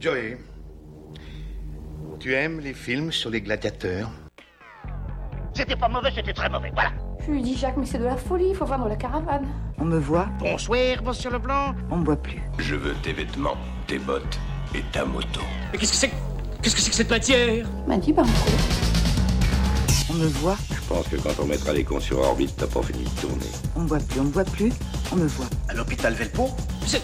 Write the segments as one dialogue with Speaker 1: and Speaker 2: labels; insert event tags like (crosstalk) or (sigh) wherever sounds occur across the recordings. Speaker 1: Joey, tu aimes les films sur les gladiateurs
Speaker 2: C'était pas mauvais, c'était très mauvais, voilà.
Speaker 3: Je lui dis, Jacques, mais c'est de la folie, il faut vendre la caravane.
Speaker 4: On me voit,
Speaker 2: Bonsoir, monsieur Leblanc.
Speaker 4: on me voit plus.
Speaker 5: Je veux tes vêtements, tes bottes et ta moto.
Speaker 6: Mais qu'est-ce que c'est que- Qu'est-ce que c'est que cette matière
Speaker 3: Il m'a dit, ben, on
Speaker 4: On me voit,
Speaker 5: Je pense que quand on mettra les cons sur orbite, t'as pas fini de tourner.
Speaker 4: on me voit plus, on me voit plus, on me voit.
Speaker 1: À l'hôpital Velpo
Speaker 6: C'est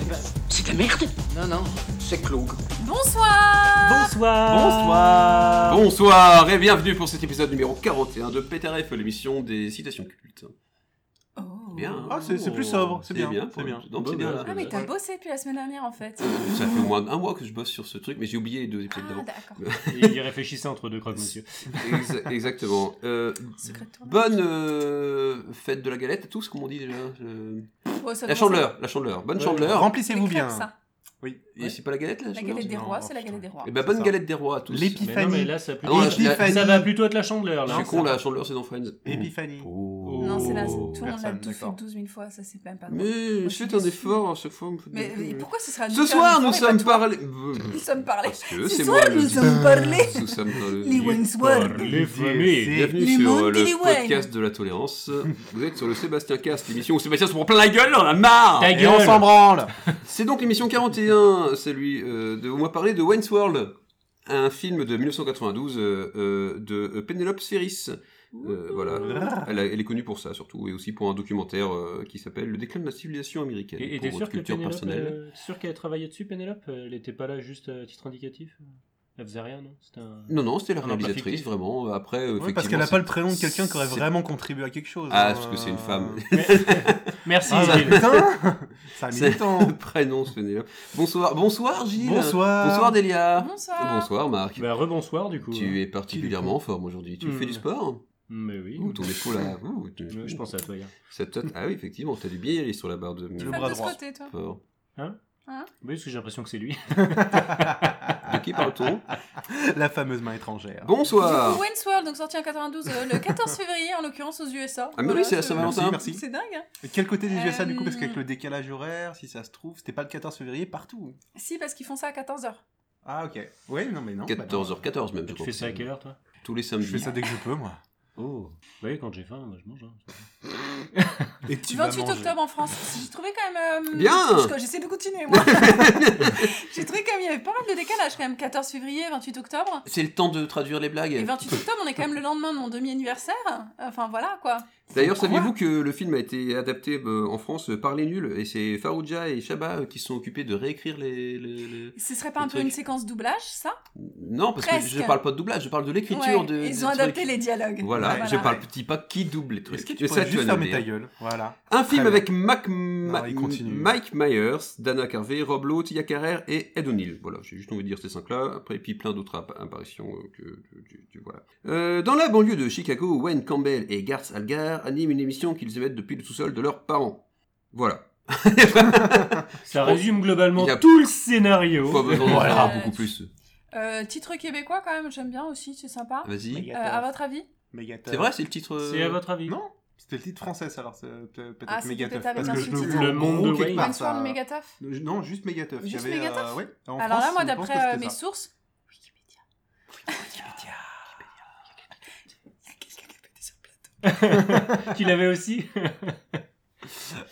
Speaker 6: c'est de la merde
Speaker 7: Non, non, c'est Cloug.
Speaker 6: Bonsoir
Speaker 8: Bonsoir Bonsoir et bienvenue pour cet épisode numéro 41 de PTRF, l'émission des citations cultes. Bien.
Speaker 9: Oh. Ah, c'est- c'est plus sobre, c'est bien,
Speaker 8: bien. bah,
Speaker 9: c'est bien.
Speaker 8: Donc c'est bien là.
Speaker 10: Oh. Ah mais t'as bossé depuis la semaine dernière en fait.
Speaker 8: Euh, Ça fait au moins un mois que je bosse sur ce truc, mais j'ai oublié les deux épisodes
Speaker 10: Ah
Speaker 8: d'avant.
Speaker 10: d'accord.
Speaker 11: Il y réfléchissait entre deux crocs, monsieur.
Speaker 8: Ex- exactement. Euh,
Speaker 10: Secret de tournage.
Speaker 8: bonne euh, fête de la galette à tous, comme on dit déjà. euh,
Speaker 10: Ouais, Oh, ça
Speaker 8: La
Speaker 10: commence
Speaker 8: chandeleur, la chandeleur. Bonne chandeleur.
Speaker 10: à-
Speaker 9: Remplissez-vous
Speaker 10: les crêpes,
Speaker 9: bien.
Speaker 10: ça.
Speaker 9: Oui.
Speaker 8: Et c'est pas la galette là
Speaker 10: La galette des
Speaker 9: Non,
Speaker 10: rois,
Speaker 9: oh,
Speaker 10: c'est la galette des rois.
Speaker 8: Et ben bonne
Speaker 9: ça.
Speaker 8: galette des rois à tous.
Speaker 9: L'épi-
Speaker 11: Mais non, mais là, ça, va plutôt-
Speaker 8: Ah non, la- la-
Speaker 11: ça va plutôt être la chandeleur,
Speaker 8: Je
Speaker 11: là.
Speaker 8: suis
Speaker 9: Non,
Speaker 8: con
Speaker 9: ça
Speaker 8: là,
Speaker 9: va.
Speaker 8: la chandeleur c'est dans Friends.
Speaker 9: Épiphanie.
Speaker 8: Oh.
Speaker 10: Non, c'est là,
Speaker 11: Oh,
Speaker 10: tout le monde l'a
Speaker 9: personne,
Speaker 10: tout fait
Speaker 9: d'accord.
Speaker 10: 12 000 fois, ça c'est même pas drôle.
Speaker 8: Mais
Speaker 10: Ah, Moi, je
Speaker 8: faites
Speaker 10: suis
Speaker 8: un
Speaker 10: déçue.
Speaker 8: effort à chaque fois. vous faites
Speaker 10: Mais,
Speaker 8: des-
Speaker 10: mais pourquoi ce sera
Speaker 8: Ce soir, nous sommes
Speaker 10: parlés.
Speaker 8: parlés.
Speaker 10: (laughs) Nous sommes parlés.
Speaker 8: (laughs) Parce que
Speaker 10: Ce
Speaker 8: c'est
Speaker 10: soir,
Speaker 8: moi le-
Speaker 10: nous sommes parlés.
Speaker 8: Nous sommes dans
Speaker 10: (laughs)
Speaker 8: le-
Speaker 10: Les Wandsworth.
Speaker 11: Les familles.
Speaker 8: Bienvenue
Speaker 10: Les
Speaker 8: sur
Speaker 10: mondes et les
Speaker 8: le
Speaker 10: Wayne.
Speaker 8: podcast de la tolérance. Vous êtes sur le Sébastien Cast, l'émission où Sébastien se prend plein la gueule, on en a marre
Speaker 11: Ta
Speaker 9: Et on
Speaker 11: gueule
Speaker 9: s'en branle.
Speaker 8: C'est donc l'émission 41, celui euh, de où on va parler de Wayne's World, un film de 1992 euh, euh, de Penelope Ferris. Euh,
Speaker 9: Ah.
Speaker 8: voilà, elle, a- elle est connue pour ça surtout, et aussi pour un documentaire euh, qui s'appelle Le déclin de la civilisation américaine.
Speaker 11: Et et
Speaker 8: pour
Speaker 11: t'es
Speaker 8: votre
Speaker 11: sûr que
Speaker 8: culture
Speaker 11: Pénélope,
Speaker 8: personnelle.
Speaker 11: euh, t'es sûr qu'elle travaillait dessus, Pénélope Euh, Elle était pas là juste à titre indicatif Elle faisait rien, non C'était
Speaker 8: (laughs)
Speaker 11: un... (laughs)
Speaker 9: euh,
Speaker 8: Non, non, c'était la
Speaker 11: Ah non, pas
Speaker 8: réalisatrice,
Speaker 11: fictif.
Speaker 8: vraiment. Après, euh,
Speaker 9: Ouais,
Speaker 8: effectivement.
Speaker 9: parce qu'elle n'a
Speaker 8: c'est-
Speaker 9: pas le prénom de quelqu'un qui aurait
Speaker 8: c'est-
Speaker 9: vraiment contribué à quelque chose.
Speaker 8: Ah,
Speaker 9: hein.
Speaker 8: parce que c'est une femme.
Speaker 11: Mais-
Speaker 8: (laughs)
Speaker 11: Merci,
Speaker 9: Ah,
Speaker 8: bah,
Speaker 11: Gilles.
Speaker 9: putain
Speaker 11: Ah,
Speaker 9: C'est un
Speaker 8: C'est
Speaker 9: militant.
Speaker 8: le prénom, ce Pénélope. Bonsoir, bonsoir Gilles.
Speaker 9: Bonsoir.
Speaker 8: Bonsoir Delia.
Speaker 10: Bonsoir.
Speaker 8: Bonsoir,
Speaker 11: (laughs)
Speaker 8: Marc.
Speaker 11: Bah, rebonsoir, du coup.
Speaker 8: tu es particulièrement en forme aujourd'hui. Tu
Speaker 11: Hmm.
Speaker 8: fais du sport
Speaker 11: Mais oui.
Speaker 8: Ouh, ton épaule là. Ouh, tu-
Speaker 11: Ouais, Je pensais à toi hier.
Speaker 8: Ça te- Ah oui, effectivement, t'as dû bien y aller sur la barre de.
Speaker 9: Le
Speaker 10: Tu vas
Speaker 9: bras
Speaker 10: de ce
Speaker 9: droit.
Speaker 10: côté toi.
Speaker 8: Fort.
Speaker 11: Oui, parce que j'ai l'impression que c'est lui.
Speaker 8: De qui parle-t-on
Speaker 9: (laughs) La fameuse main étrangère.
Speaker 10: Du
Speaker 8: Bonsoir.
Speaker 10: coup, Wayne's World, donc sorti en 92, euh, le 14 février en l'occurrence aux USA.
Speaker 8: Ah, mais oui, c'est la Saint-Valentin.
Speaker 10: c'est-
Speaker 9: Merci, merci.
Speaker 10: C'est dingue. hein.
Speaker 9: Et Quel côté des USA du coup Parce
Speaker 10: Euh,
Speaker 9: qu'avec le décalage horaire, si ça se trouve, c'était pas le 14 février partout.
Speaker 10: Si, parce qu'ils font ça à 14h.
Speaker 9: Ah, ok. Oui, non, mais non. bah non.
Speaker 8: 14h14 même,
Speaker 11: tu
Speaker 8: je crois.
Speaker 11: fais ça à quelle heure, toi
Speaker 8: Tous les
Speaker 9: Je
Speaker 8: samedis.
Speaker 9: fais ça dès que je peux, moi.
Speaker 11: Oh. Oui, quand j'ai faim, moi, je mange.
Speaker 8: (laughs)
Speaker 11: hein.
Speaker 9: Et tu vas
Speaker 10: 28
Speaker 9: manger.
Speaker 10: octobre en France. J'ai trouvé quand même. euh,
Speaker 8: Bien.
Speaker 10: je- J'essaie de continuer,
Speaker 8: (laughs)
Speaker 10: moi. J'ai trouvé quand même, il y avait pas mal de décalage quand même. 14 février, 28 octobre.
Speaker 8: C'est le temps de traduire les blagues.
Speaker 10: Et 28 octobre, on est quand même le lendemain de mon demi-anniversaire. Enfin voilà quoi.
Speaker 8: D'ailleurs,
Speaker 9: Quoi
Speaker 8: saviez-vous que le film a été adapté euh, en France euh, par les nuls Et c'est Farouja et Shaba euh, qui se sont occupés de réécrire les. les- les-
Speaker 10: Ce serait pas un
Speaker 8: Le
Speaker 10: peu
Speaker 8: truc.
Speaker 10: une séquence doublage, ça
Speaker 8: Non, parce
Speaker 10: Presque.
Speaker 8: que je parle pas de doublage, je parle de l'écriture
Speaker 10: Ouais,
Speaker 8: de.
Speaker 10: Ils
Speaker 8: des
Speaker 10: ont adapté
Speaker 8: trucs.
Speaker 10: les dialogues.
Speaker 8: Voilà,
Speaker 9: Voilà.
Speaker 8: je parle petit pas qui double les trucs.
Speaker 9: Est-ce que
Speaker 8: Mais
Speaker 9: tu
Speaker 8: ça,
Speaker 9: pourrais
Speaker 8: tu
Speaker 9: juste
Speaker 8: vas nous
Speaker 9: fermer
Speaker 8: dire.
Speaker 9: ta gueule Voilà.
Speaker 8: Un film
Speaker 9: Très
Speaker 8: avec Mac Ma-
Speaker 9: Non, il continue.
Speaker 8: Mike Myers, Dana Carvey, Rob Lowe, Tia Carrère et Ed O'Neill. Voilà, j'ai juste envie de dire ces cinq-là. Après, puis plein d'autres app- apparitions euh, que tu, voilà. Euh, dans la banlieue de Chicago, Wayne Campbell et Garth Algar animent une émission qu'ils émettent depuis le sous-sol de leurs parents.
Speaker 9: (laughs)
Speaker 8: Voilà.
Speaker 11: Ça résume globalement
Speaker 8: Oh. Il y a-
Speaker 11: tout le scénario.
Speaker 8: Pas besoin d'en
Speaker 10: Voilà.
Speaker 8: faire beaucoup plus.
Speaker 10: Euh, titre québécois quand même, j'aime bien aussi, c'est sympa.
Speaker 8: Vas-y.
Speaker 10: Euh, à votre avis
Speaker 9: Megatov.
Speaker 8: C'est vrai, c'est le titre. euh,
Speaker 11: C'est à votre avis
Speaker 9: Non C'était le titre français, ça, alors c'est peut- peut-être
Speaker 10: Ah, c'était
Speaker 9: Megateuf.
Speaker 10: peut-être avec un
Speaker 9: Parce que je
Speaker 10: sous-titre.
Speaker 9: vois
Speaker 11: Le
Speaker 9: en
Speaker 11: monde
Speaker 9: gros
Speaker 11: de
Speaker 9: quelque
Speaker 11: Wayne.
Speaker 9: part,
Speaker 10: Wayne Swan
Speaker 9: ça-
Speaker 10: Megataf
Speaker 9: Le- Non, juste Megateuf. Il y
Speaker 10: Juste
Speaker 9: avait,
Speaker 10: Megateuf
Speaker 9: euh, ouais, en
Speaker 10: Alors là,
Speaker 9: France,
Speaker 10: moi,
Speaker 9: je pense que
Speaker 10: d'après euh,
Speaker 9: c'était
Speaker 10: mes
Speaker 9: ça.
Speaker 10: sources, Wikipédia. Il y a quelqu'un qui a pété sur le plateau.
Speaker 11: Tu l'avais aussi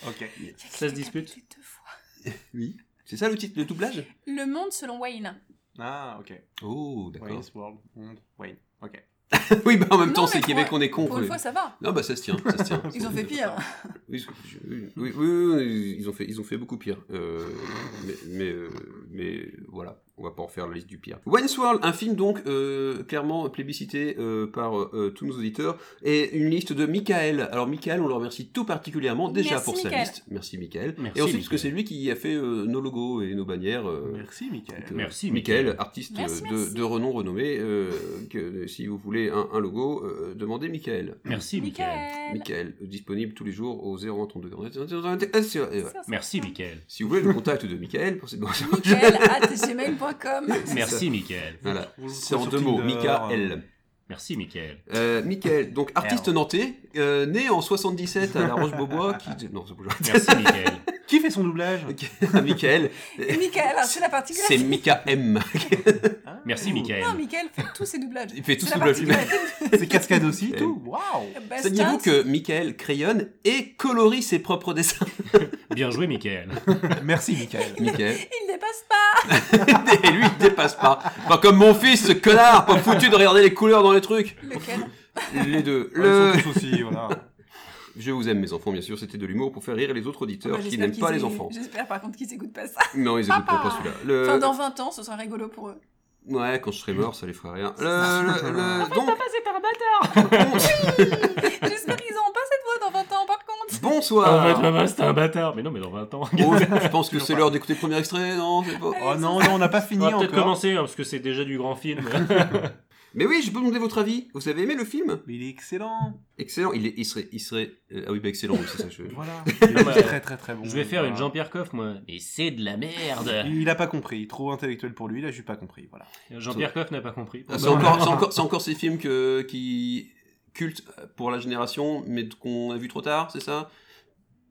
Speaker 9: Ok.
Speaker 10: Il y a quelqu'un
Speaker 11: Ça se
Speaker 10: qui a
Speaker 11: dispute.
Speaker 10: pété deux fois.
Speaker 8: Oui. C'est ça le titre de doublage
Speaker 10: Le monde selon Wayne.
Speaker 9: Ah, ok.
Speaker 8: Oh, d'accord.
Speaker 9: Wayne's World. Monde. Wayne. Ok.
Speaker 8: (laughs) Oui, bah en même
Speaker 10: Non,
Speaker 8: temps,
Speaker 10: mais
Speaker 8: c'est
Speaker 10: pour-
Speaker 8: Québec, on est con.
Speaker 10: Pour une fois, ça va.
Speaker 8: Non, bah ça se tient, ça se tient.
Speaker 10: Ils ont fait pire.
Speaker 8: (laughs) Oui, je- oui, oui, oui, oui, ils ont fait, ils ont fait beaucoup pire. Euh, mais, mais, euh, mais voilà, on va pas en faire la liste du pire. Wayne's World, un film donc euh, clairement plébiscité euh, par euh, tous nos auditeurs et une liste de Michael. Alors Michael, on le remercie tout particulièrement déjà
Speaker 10: Merci,
Speaker 8: pour sa
Speaker 10: Michael.
Speaker 8: liste. Merci Michael.
Speaker 11: Merci,
Speaker 8: et ensuite parce que
Speaker 11: Michael.
Speaker 8: c'est lui qui a fait euh, nos logos et nos bannières. euh,
Speaker 9: Merci, Michael.
Speaker 8: euh,
Speaker 11: Merci,
Speaker 8: Michael,
Speaker 11: Michael.
Speaker 8: artiste
Speaker 10: Merci,
Speaker 8: euh,
Speaker 10: merci.
Speaker 8: De, de renom renommé. euh, que, si vous voulez un, un logo, euh, demandez Michael.
Speaker 11: Merci, Michael.
Speaker 10: Nickel.
Speaker 8: Michael, euh, disponible tous les jours au 032 Et euh, voilà.
Speaker 11: Merci, Michael.
Speaker 8: Si vous voulez le contact de Michael pour cette non, c'est-
Speaker 9: (laughs)
Speaker 10: Nickel at gmail.com.
Speaker 11: (laughs) Merci, Michael.
Speaker 8: Voilà,
Speaker 9: Vous le
Speaker 8: c'est en
Speaker 9: trouvez
Speaker 8: deux
Speaker 9: sur
Speaker 8: mots,
Speaker 9: Tinder,
Speaker 8: Michael.
Speaker 11: Merci, Michael.
Speaker 8: Euh, Michael, donc artiste nantais, euh, né en 77 à La Roche-Beaubois, qui... Non, c'est pas
Speaker 11: Merci, Michael.
Speaker 9: Qui fait son (laughs)
Speaker 8: (laughs)
Speaker 9: doublage
Speaker 8: Michael,
Speaker 10: Michael, alors, c'est la particularité.
Speaker 8: c'est Mika M.
Speaker 11: Merci, Michael.
Speaker 10: Non, Michael fait tous ses doublages.
Speaker 8: Il fait tout
Speaker 10: C'est
Speaker 8: ce
Speaker 10: la
Speaker 8: doublage lui-même.
Speaker 10: particularité
Speaker 9: C'est cascade aussi, tout Waouh
Speaker 10: de Bastien,
Speaker 8: Saviez-vous que Michael crayonne et colorie ses propres dessins
Speaker 11: Bien joué,
Speaker 9: (laughs)
Speaker 11: Michael.
Speaker 9: (laughs) Merci, Michael.
Speaker 8: Michael.
Speaker 10: Il dépasse pas
Speaker 8: (laughs) Et lui, il dépasse pas. Pas comme mon fils, ce connard, pas foutu de regarder les couleurs dans les trucs.
Speaker 10: Lequel
Speaker 8: Les deux. Ah,
Speaker 9: Le...
Speaker 8: Le...
Speaker 9: Ils sont tous aussi, voilà.
Speaker 10: (laughs)
Speaker 8: Je vous aime, mes enfants, bien sûr, c'était de l'humour pour faire rire les autres auditeurs
Speaker 10: Bah,
Speaker 8: qui
Speaker 10: j'espère
Speaker 8: n'aiment pas
Speaker 10: qu'ils
Speaker 8: les
Speaker 10: é- (laughs)
Speaker 8: enfants. Euh.
Speaker 10: J'espère par contre qu'ils écoutent pas ça.
Speaker 8: Non, ils écouteront
Speaker 10: Papa.
Speaker 8: pas celui-là. Le-
Speaker 10: Enfin, dans 20 ans, ce sera rigolo pour eux.
Speaker 8: Ouais, quand je serai mort, ça les fera rien. Le... le- le- Donc, (laughs)
Speaker 10: J'espère qu'ils n'auront pas cette voix dans 20 ans, par contre.
Speaker 8: bonsoir.
Speaker 11: En fait, maman, c'était un bâtard. Mais non, mais dans 20 ans.
Speaker 8: Oh, je pense que c'est l'heure d'écouter le premier extrait, non c'est pas...
Speaker 9: Oh non, non, on n'a pas
Speaker 11: On
Speaker 9: fini
Speaker 11: va peut-être
Speaker 9: encore.
Speaker 11: commencer, hein, parce que c'est déjà du grand
Speaker 9: (laughs)
Speaker 11: film. (laughs)
Speaker 8: Mais oui, je peux demander votre avis. Vous avez aimé le film
Speaker 9: Mais il est excellent.
Speaker 8: Excellent. Il, est- il serait... Il serait... euh, Ah oui, bah excellent, oui, c'est ça que je...
Speaker 9: Voilà.
Speaker 11: Non, mais,
Speaker 9: C'est très très très bon.
Speaker 11: Je vais faire une
Speaker 9: Voilà.
Speaker 11: Jean-Pierre Coff, moi. Mais c'est de la merde.
Speaker 9: Il a pas compris, trop intellectuel pour lui, là j'ai pas compris, voilà.
Speaker 11: Jean-Pierre Coff n'a pas compris.
Speaker 8: Ah, C'est encore, c'est encore, c'est encore ces films que, qui cultent pour la génération, mais qu'on a vu trop tard, c'est ça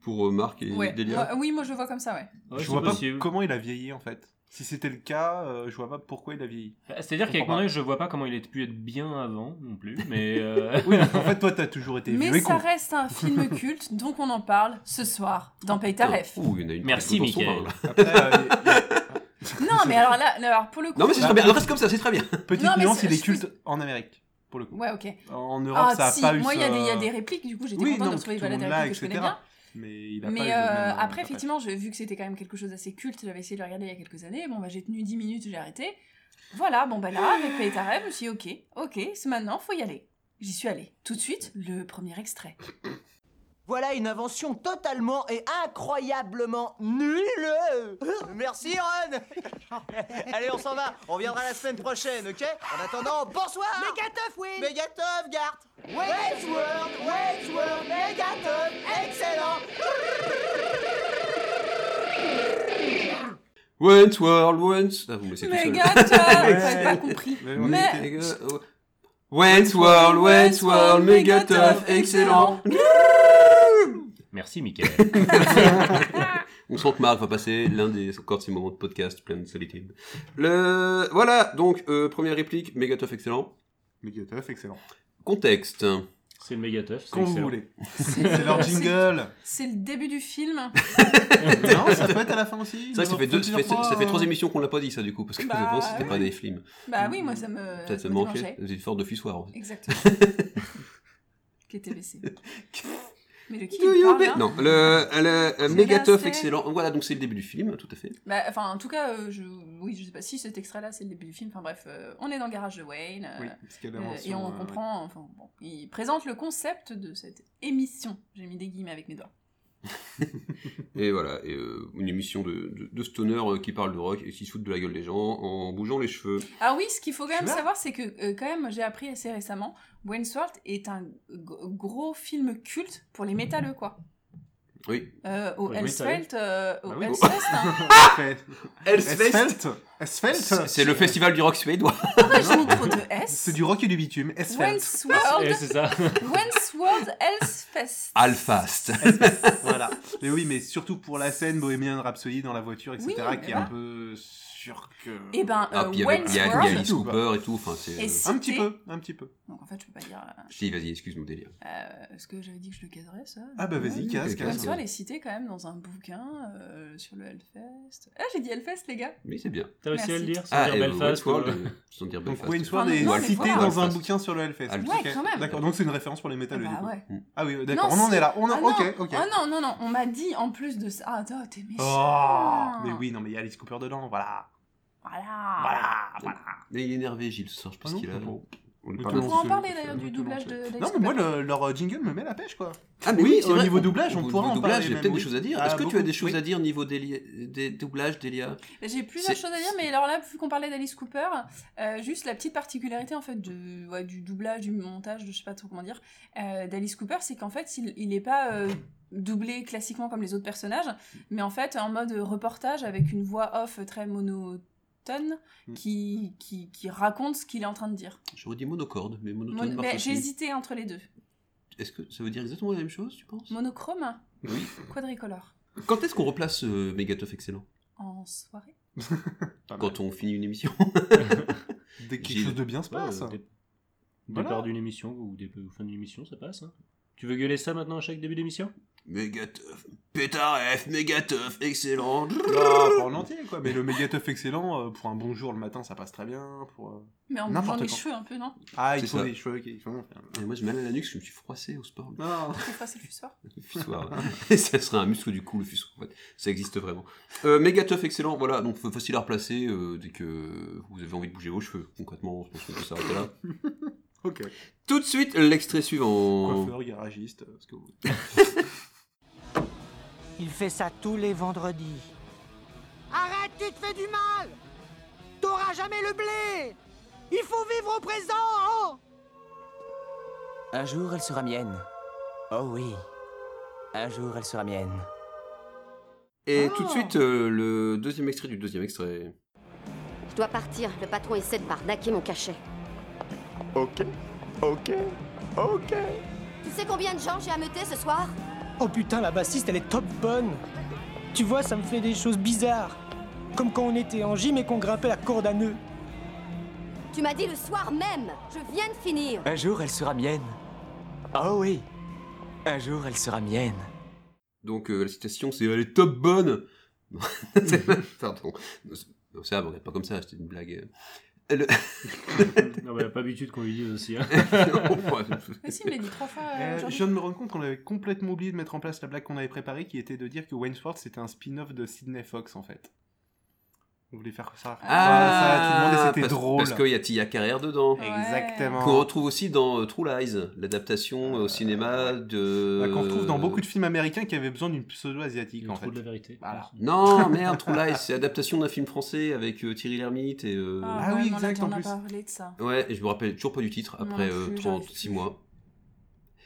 Speaker 8: Pour euh, Marc et
Speaker 10: Ouais.
Speaker 8: Delia.
Speaker 10: Moi- oui, moi je le vois comme ça, ouais.
Speaker 11: Ouais,
Speaker 9: je
Speaker 11: c'est
Speaker 9: vois pas
Speaker 11: possible.
Speaker 9: comment il a vieilli en fait. Si c'était le cas, euh, je vois pas pourquoi il a vieilli.
Speaker 11: Ah, C'est-à-dire qu'avec
Speaker 9: comprends
Speaker 11: mon
Speaker 9: pas.
Speaker 11: œil, je vois pas comment il a pu être bien avant non plus.
Speaker 9: (laughs)
Speaker 11: Mais euh,
Speaker 9: Oui, en fait toi t'as toujours été vieux
Speaker 10: Mais
Speaker 9: et
Speaker 10: ça
Speaker 9: con.
Speaker 10: reste un
Speaker 9: (laughs)
Speaker 10: film culte, donc on en parle ce soir
Speaker 9: Ah,
Speaker 10: dans Paye ta ref.
Speaker 8: Ouh, il y en a une
Speaker 11: Merci,
Speaker 8: dans son
Speaker 11: Mickaël.
Speaker 8: vin, là.
Speaker 9: Après, euh,
Speaker 10: (laughs) Non, mais alors là, alors, pour le coup.
Speaker 8: Non, mais c'est très bien, reste comme ça, c'est très bien. (laughs)
Speaker 9: petite
Speaker 10: Non, mais
Speaker 9: nuance,
Speaker 10: c'est-
Speaker 9: il est
Speaker 10: je-
Speaker 9: culte en Amérique, pour le coup.
Speaker 10: Ouais, ok.
Speaker 9: En Europe, ça
Speaker 10: Ah,
Speaker 9: a
Speaker 10: si,
Speaker 9: pas eu
Speaker 10: moi il y, a des- il y a
Speaker 9: ce-
Speaker 10: des répliques, du coup j'étais
Speaker 9: Oui,
Speaker 10: contente
Speaker 9: non,
Speaker 10: de
Speaker 9: parce que
Speaker 10: retrouver voilà,
Speaker 9: tout le
Speaker 10: des
Speaker 9: monde l'a,
Speaker 10: répliques que je connais
Speaker 9: etc.
Speaker 10: bien.
Speaker 9: Mais il a pas eu
Speaker 10: Mais
Speaker 9: le
Speaker 10: euh,
Speaker 9: même, euh,
Speaker 10: après,
Speaker 9: interprète.
Speaker 10: effectivement, je- vu que c'était quand même quelque chose d'assez culte, j'avais essayé de le regarder il y a quelques années. Bon, bah, j'ai tenu 10 minutes, j'ai arrêté. Voilà, bon, bah là, avec Paye ta rêve, je me suis dit, ok, ok, c'est maintenant, faut y aller. J'y suis allée. Tout de suite, le premier extrait.
Speaker 7: Voilà une invention totalement et incroyablement nulle Merci Ron (laughs) Allez, on s'en va, on viendra la semaine prochaine, ok En attendant, bonsoir Megatoff, oui Megatoff, Gart Wageworld, Wageworld, Megatoff, excellent
Speaker 8: Once World, Once. Ah, vous me laissez tout seul.
Speaker 10: Méga top T'as
Speaker 9: (laughs) (laughs) Ouais.
Speaker 10: pas compris.
Speaker 9: Mais on
Speaker 10: Mais-
Speaker 9: était- euh,
Speaker 8: Les gars, ouais. Once World, Once World, méga tough, excellent.
Speaker 11: merci, Michael.
Speaker 8: On sent que Marc va passer l'un des encore de ces moments de podcast plein de solitude. Le... Voilà, donc, euh, première réplique, méga tough, excellent.
Speaker 9: Megatoff, excellent.
Speaker 8: Contexte.
Speaker 11: C'est le méga teuf.
Speaker 9: Quand vous voulez. (laughs) C'est leur jingle.
Speaker 10: C'est le début du film.
Speaker 9: non, ça peut être à la fin aussi.
Speaker 8: C'est vrai que ça fait, deux, ça, fait, ça fait trois
Speaker 9: émissions.
Speaker 8: émissions qu'on l'a pas dit, ça, du coup, parce que
Speaker 10: Bah,
Speaker 8: je pense que c'était
Speaker 10: oui.
Speaker 8: pas des films.
Speaker 10: Bah oui, moi ça me.
Speaker 8: Ça, ça
Speaker 10: me
Speaker 8: manquait.
Speaker 10: démangeait.
Speaker 8: C'était une sorte de fussoir. en fait.
Speaker 10: Exactement. Qui était baissé. Mais de qui
Speaker 8: Do
Speaker 10: il
Speaker 8: you
Speaker 10: parle hein
Speaker 8: be-
Speaker 10: là
Speaker 8: Non, le, le,
Speaker 10: C'est
Speaker 8: méga
Speaker 10: là,
Speaker 8: tough,
Speaker 10: c'est-
Speaker 8: excellent. Voilà, donc c'est le début du film, tout à fait.
Speaker 10: Bah, enfin, en tout cas, euh, je... oui, je sais pas si cet extrait-là, c'est le début du film. Enfin bref, euh, on est dans le garage de Wayne. euh,
Speaker 9: Oui, parce qu'il y a
Speaker 10: euh,
Speaker 9: l'invention,
Speaker 10: et on
Speaker 9: euh, (laughs)
Speaker 10: comprend, enfin, bon, il présente le concept de cette émission. J'ai mis des guillemets avec mes doigts.
Speaker 8: Et voilà, et, euh, une émission de, de, de stoner euh, qui parle de rock et qui se fout de la gueule des gens en bougeant les cheveux.
Speaker 10: Ah oui, ce qu'il faut quand même
Speaker 9: Celui-là
Speaker 10: savoir, c'est que euh, quand même, j'ai appris assez récemment, Wainsworth est un g- gros film culte pour les métalleux, quoi.
Speaker 8: Oui.
Speaker 10: Euh, au
Speaker 11: Pour les
Speaker 10: Hellsfest, euh, au
Speaker 9: Bah oui.
Speaker 10: Hellsfest, hein.
Speaker 9: fait-
Speaker 8: Hellsfest
Speaker 9: Esfeld Esfeld
Speaker 8: C'est le festival du rock
Speaker 9: (laughs)
Speaker 8: suédois.
Speaker 10: Pourquoi j'ai mis trop de S
Speaker 9: C'est du rock et du bitume. Esfeld.
Speaker 11: Eh,
Speaker 9: (laughs)
Speaker 10: Wainsworth,
Speaker 11: c'est ça.
Speaker 10: Wainsworth Hellsfest.
Speaker 8: Ah.
Speaker 9: Euh,
Speaker 8: Alfast.
Speaker 9: (laughs) voilà. Mais oui, mais surtout pour la scène Bohemian Rhapsody dans la voiture, etc.,
Speaker 10: Oui,
Speaker 9: qui est
Speaker 10: voilà.
Speaker 9: un peu sûr que.
Speaker 10: Et ben,
Speaker 8: Ah,
Speaker 10: euh,
Speaker 8: puis il y avait- il y a il y a
Speaker 10: Wainsworth.
Speaker 8: Alice Cooper et tout. Enfin, c'est.
Speaker 10: Et
Speaker 8: euh,
Speaker 10: si-
Speaker 9: Un petit
Speaker 10: c'était-
Speaker 9: peu, un petit peu.
Speaker 10: Donc en fait, je peux pas dire. euh,
Speaker 8: Je dis, vas-y, excuse mon délire.
Speaker 10: euh, Est-ce que j'avais dit que je le caserais, ça
Speaker 9: Ah bah vas-y,
Speaker 8: Oui,
Speaker 9: casse,
Speaker 8: oui,
Speaker 9: casse.
Speaker 10: Wainsworth est cité quand même dans un bouquin euh, sur le Hellfest. Ah, j'ai dit Hellfest, les gars.
Speaker 8: Mais c'est bien.
Speaker 11: T'as aussi à le
Speaker 10: Merci.
Speaker 11: dire, sans
Speaker 8: Ah,
Speaker 11: dire
Speaker 8: et
Speaker 11: Belfast.
Speaker 8: Westworld,
Speaker 11: euh,
Speaker 8: euh, sans dire
Speaker 9: Donc
Speaker 8: Belfast.
Speaker 9: Wainsworld
Speaker 10: Enfin,
Speaker 9: est
Speaker 10: non, mais
Speaker 9: cité
Speaker 10: voilà.
Speaker 9: dans un
Speaker 8: Alphast.
Speaker 9: bouquin sur le Hellfest.
Speaker 8: Alphast.
Speaker 10: Ouais,
Speaker 9: Ok.
Speaker 10: quand même.
Speaker 9: D'accord, donc c'est une référence pour les métalleux.
Speaker 10: bah
Speaker 9: du coup.
Speaker 10: ouais.
Speaker 9: Ah oui, d'accord,
Speaker 10: Non,
Speaker 9: on en
Speaker 10: c'est-
Speaker 9: est là. On
Speaker 10: Ah
Speaker 9: en...
Speaker 10: non.
Speaker 9: ok, ok.
Speaker 10: Ah non, non, non, on m'a dit en plus de ça. Ah, toi, t'es méchant. Ah.
Speaker 9: Oh, mais oui, non, mais il y a Alice Cooper dedans, voilà.
Speaker 10: Voilà.
Speaker 9: Voilà, voilà.
Speaker 8: Mais il est énervé, Gilles, ce soir, je pense
Speaker 9: Ah non,
Speaker 8: qu'il a.
Speaker 9: c'est bon.
Speaker 8: On lui
Speaker 9: Mais
Speaker 8: parle
Speaker 9: tout
Speaker 10: On
Speaker 9: le
Speaker 10: pourra
Speaker 8: un
Speaker 9: monde-
Speaker 10: en
Speaker 8: petit
Speaker 10: parler d'ailleurs
Speaker 9: Tout
Speaker 10: du
Speaker 9: le
Speaker 10: doublage
Speaker 9: monde
Speaker 10: de
Speaker 9: Non, mais moi, le- leur jingle me met la pêche, quoi.
Speaker 8: peu. Ah, mais
Speaker 9: Oui,
Speaker 8: c'est
Speaker 9: au
Speaker 8: vrai.
Speaker 9: niveau doublage, on
Speaker 8: Au
Speaker 9: pourra
Speaker 8: niveau
Speaker 9: en
Speaker 8: doublage,
Speaker 9: parler
Speaker 8: Il y a
Speaker 9: même,
Speaker 8: peut-être des
Speaker 9: oui.
Speaker 8: choses à dire.
Speaker 9: Ah,
Speaker 8: Est-ce que tu as
Speaker 9: beaucoup,
Speaker 8: des choses
Speaker 9: oui.
Speaker 8: à dire au niveau des, li- des doublages, Delia
Speaker 10: J'ai plusieurs
Speaker 8: C'est-
Speaker 10: choses à dire, mais alors là, vu qu'on parlait d'Alice Cooper, euh, juste la petite particularité en fait de, ouais, du doublage, du montage, de je sais pas trop comment dire, euh, d'Alice Cooper, c'est qu'en fait, il, il est pas euh, doublé classiquement comme les autres personnages, mais en fait en mode reportage avec une voix off très monotone
Speaker 9: Mm.
Speaker 10: qui, qui, qui raconte ce qu'il est en train de dire.
Speaker 8: J'aurais dit monocorde, mais
Speaker 10: Mon-
Speaker 8: monotone marche
Speaker 10: mais
Speaker 8: aussi.
Speaker 10: J'ai hésité entre les deux.
Speaker 8: Est-ce que ça veut dire exactement la même chose, tu penses
Speaker 10: Monochrome
Speaker 8: Oui.
Speaker 10: Quadricolore
Speaker 8: Quand est-ce qu'on replace euh, Megatuff Excellent
Speaker 10: En soirée
Speaker 8: Quand on finit une émission (laughs)
Speaker 9: Dès que
Speaker 8: Gilles.
Speaker 9: quelque chose de bien se
Speaker 11: Ouais,
Speaker 9: passe.
Speaker 11: euh, dé-
Speaker 9: Voilà.
Speaker 11: Départ d'une émission ou dé- ou fin d'une émission, ça passe. hein. Tu veux gueuler ça maintenant à chaque début d'émission
Speaker 8: Megatuff, pétard F, Megatuff Excellent
Speaker 9: Ah, pour l'entier, quoi. Mais le méga tough excellent, euh, pour un bonjour le matin, ça passe très bien. Pour... euh,
Speaker 10: Mais en
Speaker 9: N'importe
Speaker 10: bougeant les
Speaker 9: quand.
Speaker 10: cheveux un peu, non
Speaker 9: Ah, il
Speaker 8: C'est
Speaker 9: faut hein.
Speaker 8: ça.
Speaker 9: des cheveux qui font.
Speaker 8: Et moi j'ai mal à la nuque parce que je me suis froissé au sport.
Speaker 9: Ah.
Speaker 10: Faut passer le fussoir.
Speaker 8: Le (laughs) fussoir, là. Et ça serait un muscle du cou, le fussoir, en fait. Ça existe vraiment. Euh, méga tough, excellent, voilà, donc fa- facile à replacer euh, dès que vous avez envie de bouger vos cheveux. Concrètement, je pense qu'on peut s'arrêter là.
Speaker 9: Ok.
Speaker 8: Tout de suite, l'extrait suivant.
Speaker 9: Coiffeur, garagiste, euh, ce que vous voulez.
Speaker 7: Il fait ça tous les vendredis. Arrête, tu te fais du mal T'auras jamais le blé Il faut vivre au présent oh. Un jour, elle sera mienne. Oh oui. Un jour, elle sera mienne.
Speaker 8: Et tout de
Speaker 10: Ah.
Speaker 8: suite, euh, le deuxième extrait du deuxième extrait.
Speaker 12: Je dois partir. Le patron essaie de barnaquer mon cachet.
Speaker 1: Ok, ok, ok.
Speaker 12: Tu sais combien de gens j'ai à meuter ce soir
Speaker 7: Oh putain, la bassiste, elle est top bonne Tu vois, ça me fait des choses bizarres. Comme quand on était en gym et qu'on grimpait la corde à nœuds.
Speaker 12: Tu m'as dit le soir même. Je viens de finir.
Speaker 7: Un jour, elle sera mienne. Oh oui. Un jour, elle sera mienne.
Speaker 8: Donc, euh, la citation, c'est Elle est top
Speaker 9: (laughs)
Speaker 8: bonne Pardon. Non, c'est- non, Ça, on regarde pas comme ça, c'était une
Speaker 9: (laughs)
Speaker 8: blague. (laughs) Euh, le-
Speaker 11: Non, bah, pas habitude qu'on lui dise aussi. hein.
Speaker 10: (laughs) Mais si, il l'a dit trois fois. euh,
Speaker 9: Euh,
Speaker 10: aujourd'hui.
Speaker 9: je viens de me rendre compte qu'on avait complètement oublié de mettre en place la blague qu'on avait préparée qui était de dire que Wainsworth c'était un spin-off de Sidney Fox en fait. On voulait faire ça.
Speaker 8: Ah,
Speaker 9: ça, tout le monde et c'était
Speaker 8: parce-
Speaker 9: drôle.
Speaker 8: Parce qu'il y a Tia Carrère dedans.
Speaker 10: Ouais.
Speaker 9: Exactement.
Speaker 8: Qu'on retrouve aussi dans euh, True Lies, l'adaptation euh, au cinéma de.
Speaker 9: Bah, Qu'on retrouve dans
Speaker 8: euh,
Speaker 9: beaucoup de films américains qui avaient besoin d'une pseudo-asiatique
Speaker 11: Il
Speaker 9: en
Speaker 11: trouve
Speaker 9: fait.
Speaker 11: de la vérité.
Speaker 9: Voilà.
Speaker 8: Non, merde, True Lies, c'est adaptation d'un film français avec euh, Thierry Lhermitte et. euh,
Speaker 10: Ah,
Speaker 9: Ah
Speaker 10: ouais, mais
Speaker 9: oui,
Speaker 10: on a-
Speaker 9: exact, en
Speaker 10: On
Speaker 9: plus.
Speaker 10: a parlé de
Speaker 9: (laughs)
Speaker 10: ça.
Speaker 8: Ouais, et je me rappelle toujours pas du titre
Speaker 10: Non,
Speaker 8: après
Speaker 10: plus,
Speaker 8: euh,
Speaker 10: j'arrive
Speaker 8: 36
Speaker 10: plus.
Speaker 8: mois.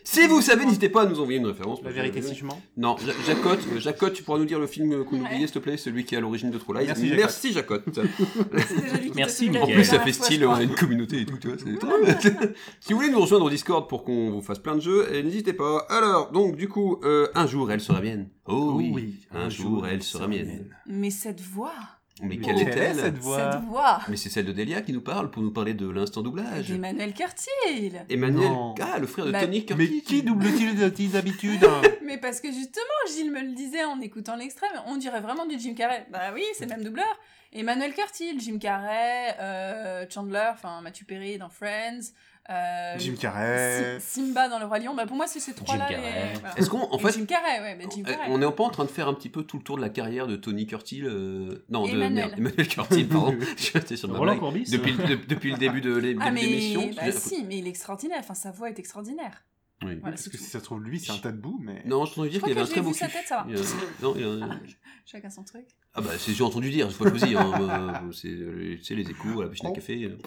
Speaker 8: Si vous savez, n'hésitez pas à nous envoyer une référence.
Speaker 9: La vérité si je mens.
Speaker 8: Non, Ja- Jacotte, euh, Jacotte, tu pourras nous dire le film euh, qu'on
Speaker 10: Ouais.
Speaker 8: oubliait, s'il te plaît, celui qui est à l'origine de True Lies.
Speaker 9: Merci, Jacotte.
Speaker 8: Merci,
Speaker 9: (laughs)
Speaker 8: Jacotte.
Speaker 10: C'est déjà lui qui
Speaker 11: Merci,
Speaker 10: t'a fait la
Speaker 8: En
Speaker 11: Ok.
Speaker 8: plus, ça
Speaker 10: dernière
Speaker 8: fait
Speaker 10: fois,
Speaker 8: style,
Speaker 10: je
Speaker 8: on
Speaker 10: crois.
Speaker 8: a une communauté et tout, tu vois, c'est drôle. (laughs) Si vous voulez nous rejoindre au Discord pour qu'on vous fasse plein de jeux, eh, n'hésitez pas. Alors, donc, du coup, euh, un jour, elle sera mienne. Oh oui, un jour, elle sera mienne.
Speaker 10: Mais cette voix,
Speaker 8: Mais
Speaker 9: Quelle
Speaker 8: quelle
Speaker 9: était
Speaker 8: est-elle
Speaker 9: cette voix
Speaker 10: cette voix
Speaker 8: Mais c'est celle de Delia qui nous parle pour nous parler de l'instant doublage.
Speaker 10: d'Emmanuel Cartier
Speaker 8: Emmanuel,
Speaker 9: Non.
Speaker 8: ah, le frère de
Speaker 10: Bah,
Speaker 8: Tony
Speaker 9: Mais
Speaker 8: Curtis.
Speaker 9: qui double-t-il
Speaker 10: (laughs)
Speaker 9: de petites habitudes hein
Speaker 10: Mais parce que justement, Gilles me le disait en écoutant l'extrait, mais on dirait vraiment du Jim Carrey. Bah oui, c'est le même doubleur. Emmanuel Curtil, Jim Carrey, euh, Chandler, enfin Matthew Perry dans Friends, euh,
Speaker 9: Jim
Speaker 10: Si-
Speaker 9: Carrey.
Speaker 10: Simba dans Le Roi Lion. Bah pour moi, c'est ces trois-là.
Speaker 11: Jim Carrey.
Speaker 10: les- voilà.
Speaker 8: Est-ce qu'on, en
Speaker 10: Et
Speaker 8: fait, euh,
Speaker 10: Jim Carrey, ouais, bah, Jim Carrey.
Speaker 8: on n'est pas en train de faire un petit peu tout le tour de la carrière de Tony Curtis euh, Non, de
Speaker 10: Emmanuel.
Speaker 8: merde, Emmanuel Curtis, pardon. Je suis resté sur ma
Speaker 11: Roland
Speaker 8: blague.
Speaker 11: Courbis
Speaker 8: Depuis, le- de- depuis le début de l'é-
Speaker 10: Ah
Speaker 8: de l'émission.
Speaker 10: mais bah, si, mais il est extraordinaire. Enfin, sa voix est extraordinaire.
Speaker 8: Oui.
Speaker 10: Voilà,
Speaker 9: Parce
Speaker 10: c'est
Speaker 9: que
Speaker 10: tout.
Speaker 9: si ça se trouve, lui, c'est un tas de boue, mais.
Speaker 8: Non, j'ai entendu dire
Speaker 10: Je crois
Speaker 8: qu'il y avait un
Speaker 10: que
Speaker 8: très
Speaker 10: j'ai
Speaker 8: beau
Speaker 10: vu sa
Speaker 8: cul.
Speaker 10: tête, ça va.
Speaker 8: Il y a- non, il y a-
Speaker 10: Chacun son truc.
Speaker 8: Ah bah c'est j'ai entendu dire, c'est pas possible. Hein. Moi, euh, c'est euh, tu sais, les échos à la machine à
Speaker 9: Oh.
Speaker 8: café. euh.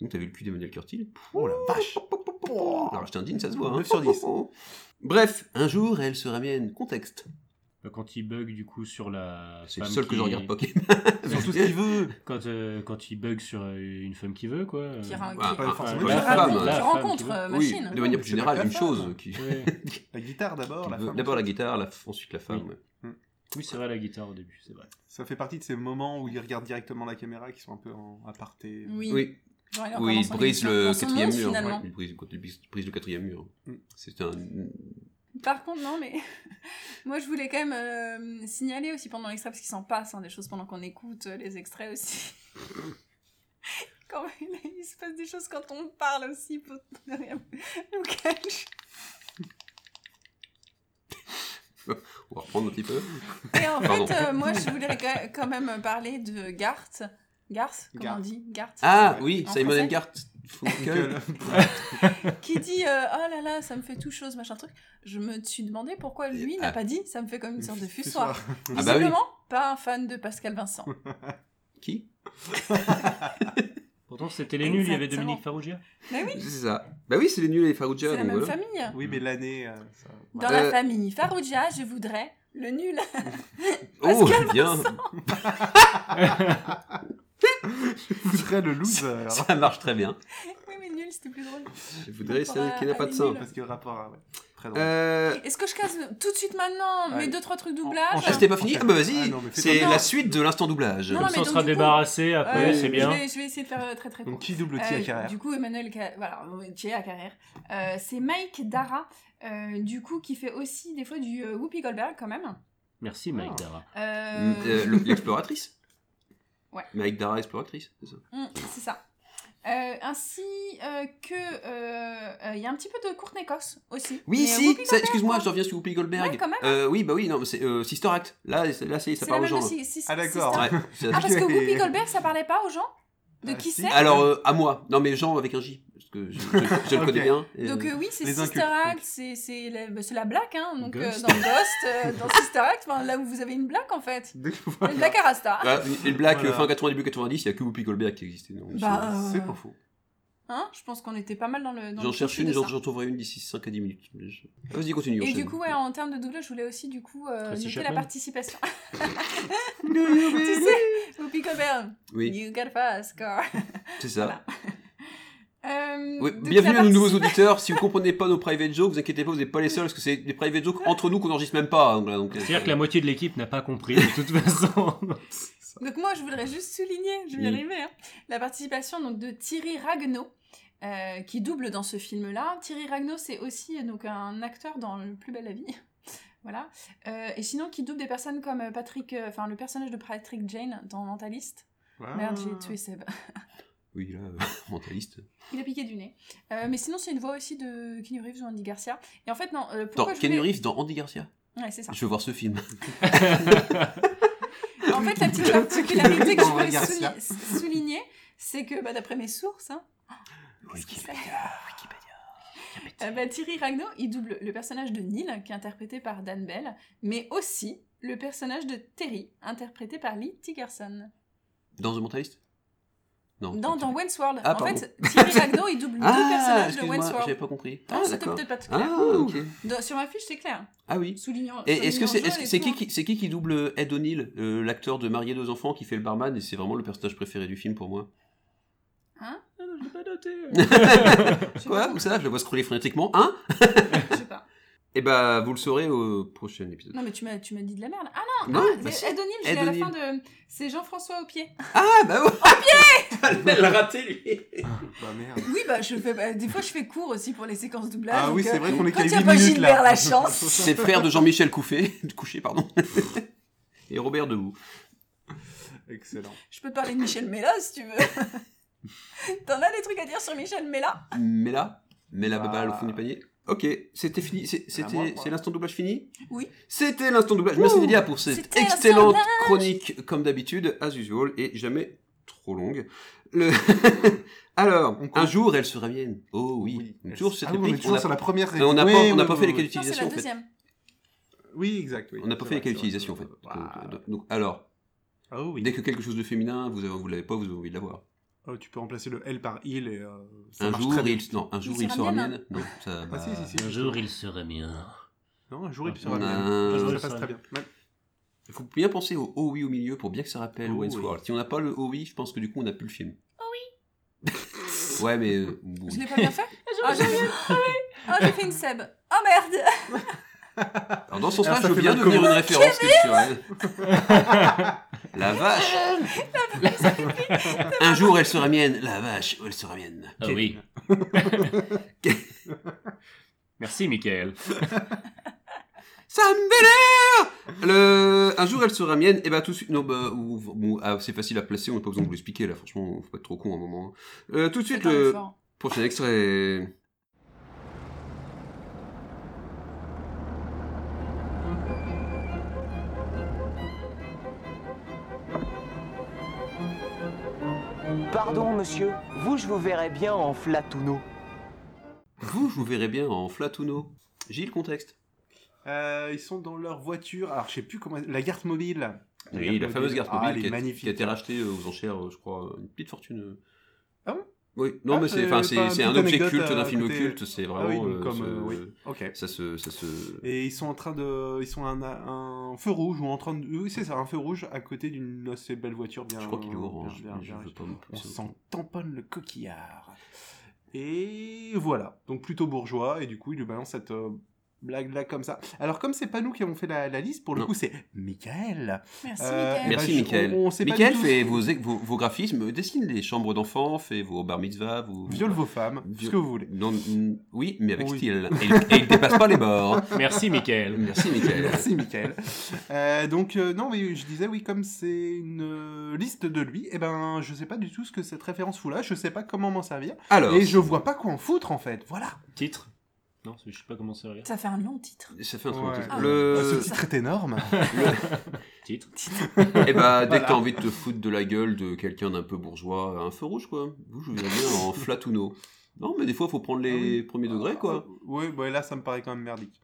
Speaker 8: Donc t'as vu le cul d'Emmanuel Curtil
Speaker 9: Oh la vache
Speaker 8: Alors je t'indigne, ça se voit. Hein.
Speaker 9: 9 (laughs) sur 10.
Speaker 8: Bref, un jour elle sera mienne. Contexte.
Speaker 11: Bah, Quand il bug du coup sur la.
Speaker 8: C'est le
Speaker 11: femme
Speaker 8: seul que
Speaker 11: qui-
Speaker 8: je
Speaker 11: (laughs)
Speaker 8: regarde pas. qui-
Speaker 9: Sur tout ce
Speaker 8: (laughs)
Speaker 9: qu'il veut
Speaker 11: Quand, euh, quand il bug sur euh, une femme qui veut, quoi. euh,
Speaker 10: Qui ra-
Speaker 8: Ah,
Speaker 10: qui-
Speaker 9: pas
Speaker 10: qui-
Speaker 9: forcément
Speaker 10: qui
Speaker 9: la
Speaker 10: ra-
Speaker 9: femme,
Speaker 10: qui
Speaker 8: hein,
Speaker 9: la femme
Speaker 10: rencontre
Speaker 11: qui veut.
Speaker 10: euh,
Speaker 8: Oui,
Speaker 10: machine.
Speaker 8: de manière plus
Speaker 9: Ah, C'est
Speaker 8: générale,
Speaker 9: pas
Speaker 8: une
Speaker 9: la femme.
Speaker 8: chose. qui-
Speaker 11: Ouais.
Speaker 9: La guitare d'abord,
Speaker 8: qui
Speaker 9: la
Speaker 8: veut-
Speaker 9: femme.
Speaker 8: D'abord la guitare, la... ensuite la femme.
Speaker 11: Oui.
Speaker 8: ouais.
Speaker 11: Oui, c'est vrai, la guitare au début, c'est vrai.
Speaker 9: Ça fait partie de ces moments où il regarde directement la caméra qui sont un peu en aparté.
Speaker 10: Oui.
Speaker 8: Oui,
Speaker 10: Genre, est encore
Speaker 8: oui,
Speaker 10: dans
Speaker 8: il
Speaker 10: son
Speaker 8: brise
Speaker 10: émission,
Speaker 8: le
Speaker 10: dans son
Speaker 8: quatrième
Speaker 10: monde,
Speaker 8: mur.
Speaker 10: finalement.
Speaker 8: ouais, Il brise il brise- il brise le quatrième mur.
Speaker 9: Mm.
Speaker 8: C'est un.
Speaker 10: Par contre, non, mais (laughs) moi je voulais quand même euh, signaler aussi pendant l'extrait, parce qu'il s'en passe hein, des choses pendant qu'on écoute euh, les extraits aussi. (laughs) quand même, il se passe des choses quand on parle aussi, pour... derrière (laughs) le cache.
Speaker 8: On va reprendre un petit peu.
Speaker 10: Et en
Speaker 8: Pardon.
Speaker 10: fait, euh, moi je voulais quand- quand même parler de Garth. Garth, comment
Speaker 9: Garth.
Speaker 10: on dit Garth.
Speaker 8: Ah oui,
Speaker 10: En
Speaker 8: Simon
Speaker 10: français.
Speaker 8: Engart. Ah,
Speaker 9: Gueule.
Speaker 10: Qui dit euh, Oh là là, ça me fait tout chose, machin truc. Je me suis demandé pourquoi lui
Speaker 8: Ah.
Speaker 10: n'a pas dit Ça me fait comme une
Speaker 8: (laughs)
Speaker 10: sorte de fussoir.
Speaker 8: Ah bah oui.
Speaker 10: Visiblement, pas un fan de Pascal Vincent.
Speaker 8: Qui
Speaker 11: Pourtant, c'était les nuls, il y avait
Speaker 10: Exactement.
Speaker 11: Dominique Farrugia.
Speaker 10: Mais
Speaker 8: (laughs)
Speaker 10: oui,
Speaker 8: C'est ça. Bah oui, c'est les nuls et les Farouja.
Speaker 10: c'est la
Speaker 8: donc
Speaker 10: même
Speaker 8: voilà.
Speaker 10: famille.
Speaker 9: (laughs) Oui, mais l'année. euh,
Speaker 10: (laughs)
Speaker 9: ça-
Speaker 10: Dans
Speaker 8: Euh,
Speaker 10: la famille Farouja, je voudrais le nul. (laughs)
Speaker 8: Oh,
Speaker 10: Pascal
Speaker 8: (laughs) bien.
Speaker 9: Je voudrais le loser.
Speaker 10: (laughs)
Speaker 8: Ça marche très bien.
Speaker 10: oui, mais nul, c'était plus drôle.
Speaker 8: Je voudrais
Speaker 10: Rapport
Speaker 8: celle qui
Speaker 10: à-
Speaker 8: n'a pas
Speaker 10: à
Speaker 8: de
Speaker 10: les
Speaker 8: sein.
Speaker 10: nuls.
Speaker 9: Parce que le rapport à. ouais. Très drôle.
Speaker 8: Euh,
Speaker 10: Est-ce que je casse tout de suite maintenant mes
Speaker 8: Ouais.
Speaker 10: deux trois trucs doublage
Speaker 8: Ah, c'était pas fini Ah bah vas-y,
Speaker 9: Ah non, mais fais
Speaker 8: c'est
Speaker 10: comme
Speaker 8: la
Speaker 10: ça.
Speaker 8: suite de l'instant doublage.
Speaker 10: Non, non, mais donc, du coup, euh, Je vais, je vais essayer de faire euh, très très court.
Speaker 8: Donc, qui double qui à Carrère
Speaker 10: euh,
Speaker 9: (laughs)
Speaker 10: Du coup, Emmanuel, Ca- voilà, euh, qui est à Carrère. Euh, c'est Mike Dara, euh, du coup, qui fait aussi des fois du euh, Whoopi Goldberg quand même.
Speaker 11: Merci, Mike Dara.
Speaker 10: Euh,
Speaker 8: Euh, le- L'exploratrice
Speaker 10: (laughs) Ouais.
Speaker 8: Mais avec Dara exploratrice, c'est ça
Speaker 10: Mm, c'est ça. Euh, ainsi euh, que euh, euh, il y a un petit peu de Courtney Cox aussi. Mais,
Speaker 8: Oui,
Speaker 10: euh,
Speaker 8: si,
Speaker 10: Whoopi
Speaker 8: ça-
Speaker 10: Goldberg,
Speaker 8: excuse-moi, je te reviens sur Whoopi Goldberg.
Speaker 10: Ouais, quand même.
Speaker 8: Euh, oui, bah oui, non, mais c'est euh, Sister Act. Là, c'est- là c'est- ça
Speaker 10: C'est
Speaker 8: parle
Speaker 10: la
Speaker 8: aux
Speaker 10: même
Speaker 8: gens.
Speaker 10: de
Speaker 8: là.
Speaker 10: Si- Si- Ah, d'accord. Sister.
Speaker 8: Ouais,
Speaker 10: (laughs)
Speaker 8: c'est-
Speaker 10: Ah parce que
Speaker 8: (laughs)
Speaker 10: Whoopi Goldberg, ça parlait pas aux gens. De qui c'est
Speaker 8: Alors, euh, à moi. Non, mais Jean avec un J. Parce que je, je- je le connais bien. Et,
Speaker 10: Donc
Speaker 8: euh,
Speaker 10: euh, oui, c'est Sister Act, c'est c'est la, bah, c'est la black, hein, donc euh,
Speaker 8: Ghost.
Speaker 10: dans Ghost, euh,
Speaker 8: (laughs)
Speaker 10: dans Sister Act, enfin, là où vous avez une black en fait. Une black à Rasta.
Speaker 8: Bah, et le Black,
Speaker 9: Voilà.
Speaker 8: euh, fin 80, début 90, il n'y a que Whoopi Goldberg qui existait. non,
Speaker 10: Bah,
Speaker 8: c'est-
Speaker 10: euh,
Speaker 8: C'est pas faux.
Speaker 10: Hein, je pense qu'on était pas mal dans le. dans
Speaker 8: J'en
Speaker 10: le
Speaker 8: cherche
Speaker 10: tissu de
Speaker 8: une, j'en
Speaker 10: ça.
Speaker 8: j'en trouverai une d'ici 5 à 10 minutes. Mais je- Ah, Vas-y, continue.
Speaker 10: Et
Speaker 8: enchaîne.
Speaker 10: du coup, ouais, en termes de doublage, je voulais aussi du coup euh, noter
Speaker 8: Tracy
Speaker 10: la
Speaker 8: Bah, Chapman.
Speaker 10: participation. (laughs) tu sais, Whoopi Goldberg.
Speaker 8: Oui.
Speaker 10: You hein. got a fast car.
Speaker 8: C'est ça.
Speaker 10: Euh,
Speaker 8: Oui,
Speaker 10: donc,
Speaker 8: bienvenue
Speaker 10: la
Speaker 8: à nos nouveaux
Speaker 10: partici-
Speaker 8: auditeurs. Si vous comprenez pas nos private jokes, vous inquiétez pas, vous n'êtes pas les seuls, parce que c'est des private jokes entre nous qu'on n'enregistre même pas. hein, donc, là, donc, euh,
Speaker 11: C'est-à-dire que la moitié de l'équipe n'a pas compris, de toute
Speaker 8: (laughs)
Speaker 11: façon.
Speaker 10: Donc moi, je voudrais juste souligner, je vais y
Speaker 11: Oui.
Speaker 10: arriver, hein, la participation donc, de Thierry Ragnaud, euh, qui double dans ce film-là. Thierry Ragnaud, c'est aussi euh, donc, un acteur dans Le plus bel la vie. (laughs) voilà. Euh, et sinon, qui double des personnes comme euh, Patrick, euh, enfin le personnage de Patrick Jane dans Mentaliste.
Speaker 8: Ah.
Speaker 10: Merde, j'ai tué Seb. (laughs)
Speaker 8: Oui, là, euh, (laughs) mentaliste.
Speaker 10: Il a piqué du nez. Euh, mais sinon, c'est une voix aussi de Kenny Reeves ou Andy Garcia. Et en fait, non, euh,
Speaker 8: Dans
Speaker 10: pourquoi je
Speaker 8: Kenny
Speaker 10: voulais-
Speaker 8: Reeves, dans Andy Garcia.
Speaker 10: Ouais, c'est ça.
Speaker 8: Je veux voir ce film.
Speaker 10: En fait,
Speaker 8: (laughs)
Speaker 10: la petite particularité que je voulais
Speaker 8: Regarde
Speaker 10: souli-
Speaker 8: ça.
Speaker 10: s- souligner, c'est que, bah, d'après mes sources, hein, euh, bah, Thierry Ragnaud, il double le personnage de Neil, qui est interprété par Dan Bell, mais aussi le personnage de Terry, interprété par Lee Tigerson.
Speaker 8: Dans The Mentalist Non.
Speaker 10: Dans, dans Wayne's World.
Speaker 8: Oh, Ah,
Speaker 10: en
Speaker 8: pardon.
Speaker 10: fait,
Speaker 8: (laughs)
Speaker 10: Thierry Ragnaud, il double deux
Speaker 8: Ah,
Speaker 10: personnages de
Speaker 8: excuse-moi,
Speaker 10: Wayne's World.
Speaker 8: j'avais pas compris.
Speaker 10: Ah,
Speaker 8: Ah,
Speaker 10: c'était
Speaker 8: d'accord.
Speaker 10: peut-être pas tout clair.
Speaker 8: Ah, ok.
Speaker 10: Dans- sur ma fiche, c'est clair.
Speaker 8: Ah oui.
Speaker 10: Soulignant.
Speaker 8: Et est-ce que c'est
Speaker 10: soulignant
Speaker 8: est-ce que
Speaker 10: jaune
Speaker 8: c'est
Speaker 10: et tout,
Speaker 8: qui,
Speaker 10: hein.
Speaker 8: qui- c'est qui qui double Ed O'Neill, euh, l'acteur de Marié deux enfants qui fait le barman et c'est vraiment le personnage préféré du film pour moi.
Speaker 10: Hein
Speaker 11: Je l'ai pas noté.
Speaker 8: Quoi
Speaker 10: (laughs)
Speaker 8: Où ça Je le vois scroller frénétiquement, hein
Speaker 10: Je sais pas.
Speaker 8: Et bah vous le saurez au prochain épisode.
Speaker 10: Non, mais tu m'as, tu m'as dit de la merde. Ah non,
Speaker 8: Non,
Speaker 10: ah,
Speaker 8: bah
Speaker 10: c'est
Speaker 8: si.
Speaker 10: Ed O'Neill, je l'ai à la
Speaker 8: Ed
Speaker 10: fin de. C'est Jean-François au pied.
Speaker 8: Ah bah ouais Elle l'a raté lui
Speaker 9: Bah merde.
Speaker 10: Oui, bah, je fais, bah, des fois, je fais court aussi pour les séquences doublage.
Speaker 8: Ah oui,
Speaker 10: donc, euh,
Speaker 8: c'est vrai qu'on est
Speaker 10: Quand
Speaker 8: qu'à
Speaker 10: il n'y a
Speaker 8: huit
Speaker 10: pas
Speaker 8: minutes,
Speaker 10: Gilbert
Speaker 8: là.
Speaker 10: la
Speaker 9: (laughs)
Speaker 10: chance.
Speaker 8: C'est le frère de Jean-Michel Couffé, (laughs)
Speaker 10: (laughs)
Speaker 8: Couché, pardon. Et Robert Debout.
Speaker 9: Excellent.
Speaker 10: Je peux te parler de Michel Mella si tu veux. (laughs) T'en as des trucs à dire sur Michel Mella
Speaker 8: Mais là, mais la babale au fond du panier. Ok, c'était fini, c'est-
Speaker 9: Bah. moi,
Speaker 8: c'était
Speaker 9: quoi.
Speaker 8: c'est l'instant doublage fini
Speaker 10: Oui.
Speaker 8: C'était l'instant doublage. Merci
Speaker 9: Ouh,
Speaker 8: Delia pour cette
Speaker 9: c'était
Speaker 8: excellente
Speaker 9: l'instant
Speaker 8: chronique, comme d'habitude, as usual, et jamais trop longue. Le- (laughs) Alors, un jour, elle se réveillent. Oh oui, toujours cette
Speaker 9: Ah oui, on est
Speaker 8: réplique.
Speaker 9: toujours sur la première
Speaker 8: On n'a
Speaker 9: réplique.
Speaker 8: pas,
Speaker 9: Oui,
Speaker 8: on n'a
Speaker 9: oui,
Speaker 8: pas
Speaker 9: oui,
Speaker 8: fait les
Speaker 9: oui.
Speaker 8: cas
Speaker 9: Non, c'est la
Speaker 8: d'utilisation en fait.
Speaker 10: Deuxième.
Speaker 9: Oui, exact. oui.
Speaker 8: On n'a pas
Speaker 9: C'est
Speaker 8: fait les
Speaker 9: vrai,
Speaker 8: cas
Speaker 9: c'est
Speaker 8: d'utilisation
Speaker 9: vrai. Ah,
Speaker 8: en fait. Donc, donc, alors, dès que quelque chose de féminin, vous avez- vous l'avez pas, vous avez envie de l'avoir.
Speaker 9: Oh, tu peux remplacer le L par il et euh, ça
Speaker 8: Un
Speaker 9: marche
Speaker 8: jour,
Speaker 9: très bien.
Speaker 8: il, non, un jour, il sera mienne. Non, ça,
Speaker 9: Ah, si,
Speaker 8: bah,
Speaker 9: si, si,
Speaker 11: Un jour, il serait mien.
Speaker 9: Non, un jour, il
Speaker 8: Ah,
Speaker 9: sera
Speaker 8: non.
Speaker 9: mienne.
Speaker 8: Un jour, il
Speaker 9: Ça passe
Speaker 8: sera
Speaker 9: très bien. Ouais.
Speaker 8: Il faut bien penser au oh oui au milieu pour bien que ça rappelle
Speaker 9: Oh
Speaker 8: Wayne's
Speaker 9: oui.
Speaker 8: World. Si on n'a pas le oh oui, je pense que du coup on n'a plus le film. Oh oui (laughs) Ouais, mais. euh, oui.
Speaker 10: Je l'ai pas bien fait Ah, j'ai fait, Ah, j'ai fait une Seb. Oh merde
Speaker 8: Alors dans ce sens-là,
Speaker 9: Alors, ça
Speaker 8: je
Speaker 9: fait
Speaker 8: viens
Speaker 9: mal
Speaker 8: de devenir une
Speaker 9: comment
Speaker 8: référence
Speaker 9: (laughs)
Speaker 8: culturelle. La vache Un jour elle sera mienne, la vache, elle sera mienne.
Speaker 11: Ah oui. (laughs) Merci, Michael.
Speaker 8: Ça me vénère le... Un jour elle sera mienne, et bah tout de suite. Non, bah, ou- bon, ah, c'est facile à placer, on n'a pas besoin de vous l'expliquer là, franchement, faut pas être trop con à un moment. Euh, tout de suite,
Speaker 10: quand même
Speaker 8: le
Speaker 10: fort.
Speaker 8: prochain extrait.
Speaker 7: Pardon, monsieur. Vous, je vous verrai bien en flatouneau.
Speaker 8: Vous, je vous verrai bien en flatouno. J'ai le contexte.
Speaker 9: Euh, ils sont dans leur voiture. Alors, je sais plus comment. La garde mobile.
Speaker 8: Oui, la fameuse garde
Speaker 9: Ah,
Speaker 8: mobile
Speaker 9: elle
Speaker 8: qui,
Speaker 9: est
Speaker 8: a,
Speaker 9: magnifique.
Speaker 8: qui a été rachetée euh, aux enchères, euh, je crois, une petite fortune. euh.
Speaker 9: Ah bon
Speaker 8: Oui, non,
Speaker 9: Ah,
Speaker 8: mais c'est
Speaker 9: euh,
Speaker 8: enfin,
Speaker 9: pas
Speaker 8: c'est-
Speaker 9: une
Speaker 8: c'est un
Speaker 9: petite
Speaker 8: objet
Speaker 9: anecdote
Speaker 8: culte
Speaker 9: à
Speaker 8: d'un film
Speaker 9: côté
Speaker 8: culte, c'est
Speaker 9: Ah
Speaker 8: vraiment.
Speaker 9: oui, donc
Speaker 8: euh,
Speaker 9: comme,
Speaker 8: ce-
Speaker 9: euh, oui, ok.
Speaker 8: Ça se. Ça se...
Speaker 9: Et ils sont en train de. Ils sont à un, un feu rouge ou en train de. Oui, c'est ça, un feu rouge à côté d'une assez belle voiture bien.
Speaker 8: Je crois qu'il est orange,
Speaker 9: bien-
Speaker 8: mais
Speaker 9: bien-
Speaker 8: je veux pas me
Speaker 9: On
Speaker 8: pousser au-
Speaker 9: s'en tamponne le coquillard. Et voilà. Donc plutôt bourgeois, et du coup, il lui balance cette euh, Blague, blague comme ça. Alors, comme c'est pas nous qui avons fait la, la liste, pour le coup, c'est Michael. Euh, bah,
Speaker 10: Merci,
Speaker 9: Michael.
Speaker 8: Merci, Michael. Michael fait vos, vos, vos graphismes, dessine les chambres d'enfants, fait vos bar mitzvahs, vous
Speaker 9: Viole vos femmes, ce que vous voulez.
Speaker 8: Non, mm, oui, mais avec
Speaker 9: Oui.
Speaker 8: style. Et, il- et il dépasse pas les
Speaker 9: (laughs)
Speaker 8: bords.
Speaker 11: Merci, Michael.
Speaker 8: Merci, Michael.
Speaker 9: Merci Michael. Euh, donc euh, non, mais je disais oui, comme c'est une euh, liste de lui, et eh ben je sais pas du tout ce que cette référence fout là. Je sais pas comment m'en servir.
Speaker 8: Alors.
Speaker 9: et je vois pas quoi en foutre en fait. Voilà.
Speaker 11: Titre Non, je sais pas comment ça revient.
Speaker 10: Ça fait un long titre.
Speaker 8: Ça fait un truc.
Speaker 9: Ouais.
Speaker 8: intéressant.
Speaker 10: Ah,
Speaker 8: Le...
Speaker 9: Ce titre est énorme.
Speaker 11: Titre.
Speaker 8: Eh bah, dès
Speaker 9: Voilà.
Speaker 8: que t'as envie de te foutre de la gueule de quelqu'un d'un peu bourgeois, un feu rouge, quoi. Vous, je vous verrais bien en flat ou no. Non, mais des fois, faut
Speaker 9: Ah
Speaker 8: prendre les premiers degrés, quoi.
Speaker 9: Oui, bah, là ça me paraît quand même merdique.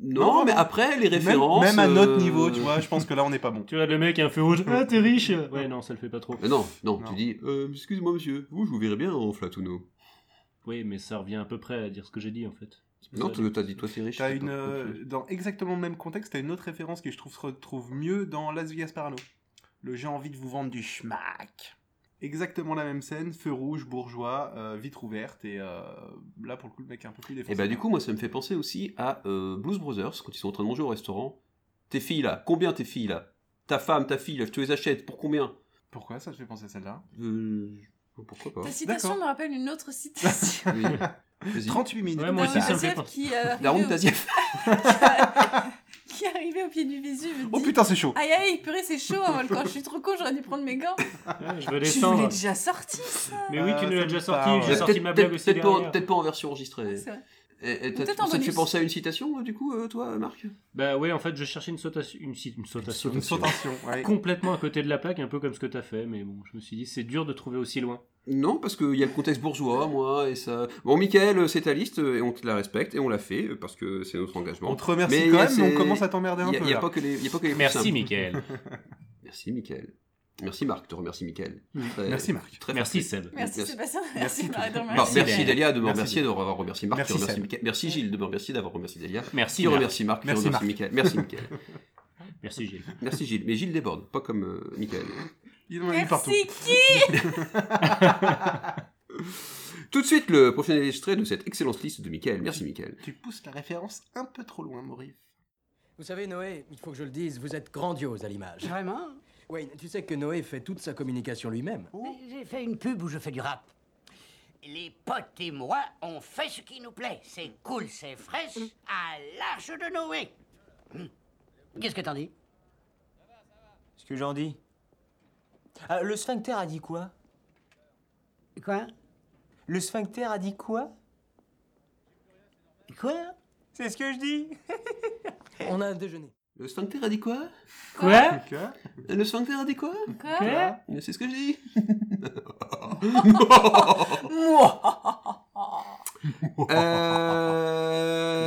Speaker 8: Non, mais
Speaker 9: vraiment.
Speaker 8: après, les
Speaker 9: Même-
Speaker 8: références.
Speaker 9: Même, à notre
Speaker 8: euh, (laughs)
Speaker 9: niveau, tu vois, je pense que là on n'est pas bon.
Speaker 11: Tu vois, le mec, un feu rouge. Ah, t'es riche Ouais, non, ça le fait pas trop.
Speaker 8: Mais non, non,
Speaker 9: Non.
Speaker 8: tu dis, euh, excuse-moi, monsieur, vous, je vous verrais bien en flat ou no.
Speaker 11: Oui, mais ça revient à peu près à dire ce que j'ai dit en fait. C'est pour
Speaker 8: Non,
Speaker 11: ça,
Speaker 8: tu- t'as dit, toi, c'est riche.
Speaker 9: T'as
Speaker 8: c'est
Speaker 9: une,
Speaker 8: pas-
Speaker 9: euh, dans exactement le même contexte, t'as une autre référence qui je trouve se retrouve mieux dans Las Vegas Parano. Le j'ai envie de vous vendre du schmack. Exactement la même scène, feu rouge, bourgeois, euh, vitre ouverte, et euh, là pour le coup le mec est un peu plus défoncé.
Speaker 8: Et bah du coup, moi, ça me fait penser aussi à euh, Blues Brothers, quand ils sont en train de manger au restaurant. Tes filles là, combien tes filles là Ta femme, ta fille, là, je te les achète, pour combien
Speaker 9: Pourquoi ça te fait penser à celle-là
Speaker 8: Euh, Pourquoi pas
Speaker 10: Ta citation
Speaker 9: D'accord.
Speaker 10: me rappelle une autre citation. (laughs)
Speaker 8: Oui. Vas-y.
Speaker 9: 38 minutes.
Speaker 11: Ouais, moi
Speaker 10: d'un
Speaker 11: aussi, ça me fait
Speaker 10: Taziev
Speaker 11: penser.
Speaker 10: qui, euh,
Speaker 8: Daron
Speaker 10: arrivait au-
Speaker 8: Taziev.
Speaker 10: qui arrivait au pied du Vésuve.
Speaker 9: Oh
Speaker 10: dit,
Speaker 9: putain, c'est chaud
Speaker 10: Aïe aïe, purée, c'est chaud un volcan. Je suis trop con, j'aurais dû prendre mes gants.
Speaker 11: Ouais, je vais
Speaker 10: Je vous l'ai
Speaker 11: descendre.
Speaker 10: déjà sorti, ça.
Speaker 11: Mais oui, tu
Speaker 9: Euh,
Speaker 11: nous l'as
Speaker 9: ça
Speaker 11: déjà
Speaker 9: me
Speaker 11: sorti.
Speaker 9: parle.
Speaker 11: J'ai
Speaker 8: Peut-être
Speaker 11: sorti ma
Speaker 8: peut-être-
Speaker 11: blague aussi
Speaker 8: peut-être pas,
Speaker 11: derrière.
Speaker 8: peut-être pas en version enregistrée.
Speaker 10: C'est vrai.
Speaker 8: Et- et t'as-
Speaker 10: Peut-être en
Speaker 8: ça te fait
Speaker 10: bonus.
Speaker 8: penser à une citation, euh, du coup, euh, toi, Marc
Speaker 11: Bah ouais, en fait, je cherchais une sautation, une, si- une sautation,
Speaker 9: Une sautation, ouais.
Speaker 11: complètement à côté de la plaque, un peu comme ce que t'as fait. Mais bon, je me suis dit, c'est dur de trouver aussi loin.
Speaker 8: Non, parce qu'il y a le contexte bourgeois, moi, et ça... Bon, Michael, euh, c'est ta liste, euh, et on te la respecte, et on la fait, euh, parce que c'est notre engagement.
Speaker 9: On te remercie
Speaker 8: Mais
Speaker 9: quand
Speaker 8: y a
Speaker 9: même, mais
Speaker 8: ces-
Speaker 9: on commence à t'emmerder un
Speaker 8: Il y a-
Speaker 9: peu.
Speaker 8: Il n'y a,
Speaker 9: là.
Speaker 8: pas que les... il y a pas que les plus
Speaker 11: Merci,
Speaker 8: simples. (laughs)
Speaker 11: Michael.
Speaker 8: Merci, Michael. Merci, Marc, te remercie, Michael. Très-
Speaker 9: Mm. Merci Marc.
Speaker 8: Très
Speaker 11: Merci, Seb.
Speaker 10: Merci
Speaker 8: Merci.
Speaker 10: Sébastien, merci Marie-Dor,
Speaker 8: Bon,
Speaker 10: merci.
Speaker 8: merci
Speaker 11: Delia.
Speaker 8: Delia de me
Speaker 9: Merci,
Speaker 8: remercier
Speaker 9: Delia.
Speaker 8: d'avoir remercié Marc,
Speaker 9: Merci,
Speaker 8: qui remercie
Speaker 9: Seb.
Speaker 8: Michael. merci Gilles de me remercier d'avoir remercié Delia,
Speaker 11: Merci,
Speaker 8: qui
Speaker 11: Marc.
Speaker 8: remercie Marc, qui
Speaker 9: Merci,
Speaker 8: remercie
Speaker 9: Marc.
Speaker 8: Michael. Merci Michael.
Speaker 11: Merci, Gilles.
Speaker 8: Merci Gilles, mais Gilles déborde, pas comme euh, Michael.
Speaker 9: Il en a eu partout.
Speaker 10: Merci qui
Speaker 8: Tout de suite, le prochain extrait de cette excellente liste de Michael. Merci Michael.
Speaker 9: Tu pousses la référence un peu trop loin, Maurice.
Speaker 13: Vous savez, Noé, il faut que je le dise, vous êtes grandiose à l'image.
Speaker 6: Vraiment
Speaker 13: Wayne, tu sais que Noé fait toute sa communication lui-même.
Speaker 2: J'ai fait une pub où je fais du rap. Les potes et moi, on fait ce qui nous plaît. C'est cool, c'est fraîche, à l'arche de Noé. Hum. Qu'est-ce que t'en dis
Speaker 7: Ce que j'en dis. Ah, le sphincter a dit quoi
Speaker 2: Quoi
Speaker 7: Le sphincter a dit quoi
Speaker 2: Quoi
Speaker 7: C'est ce que je dis
Speaker 13: On a un déjeuner.
Speaker 8: Le sphincter a dit quoi
Speaker 11: Quoi
Speaker 8: Le sphincter a dit quoi Ah,
Speaker 10: Quoi
Speaker 8: C'est ce que je dis.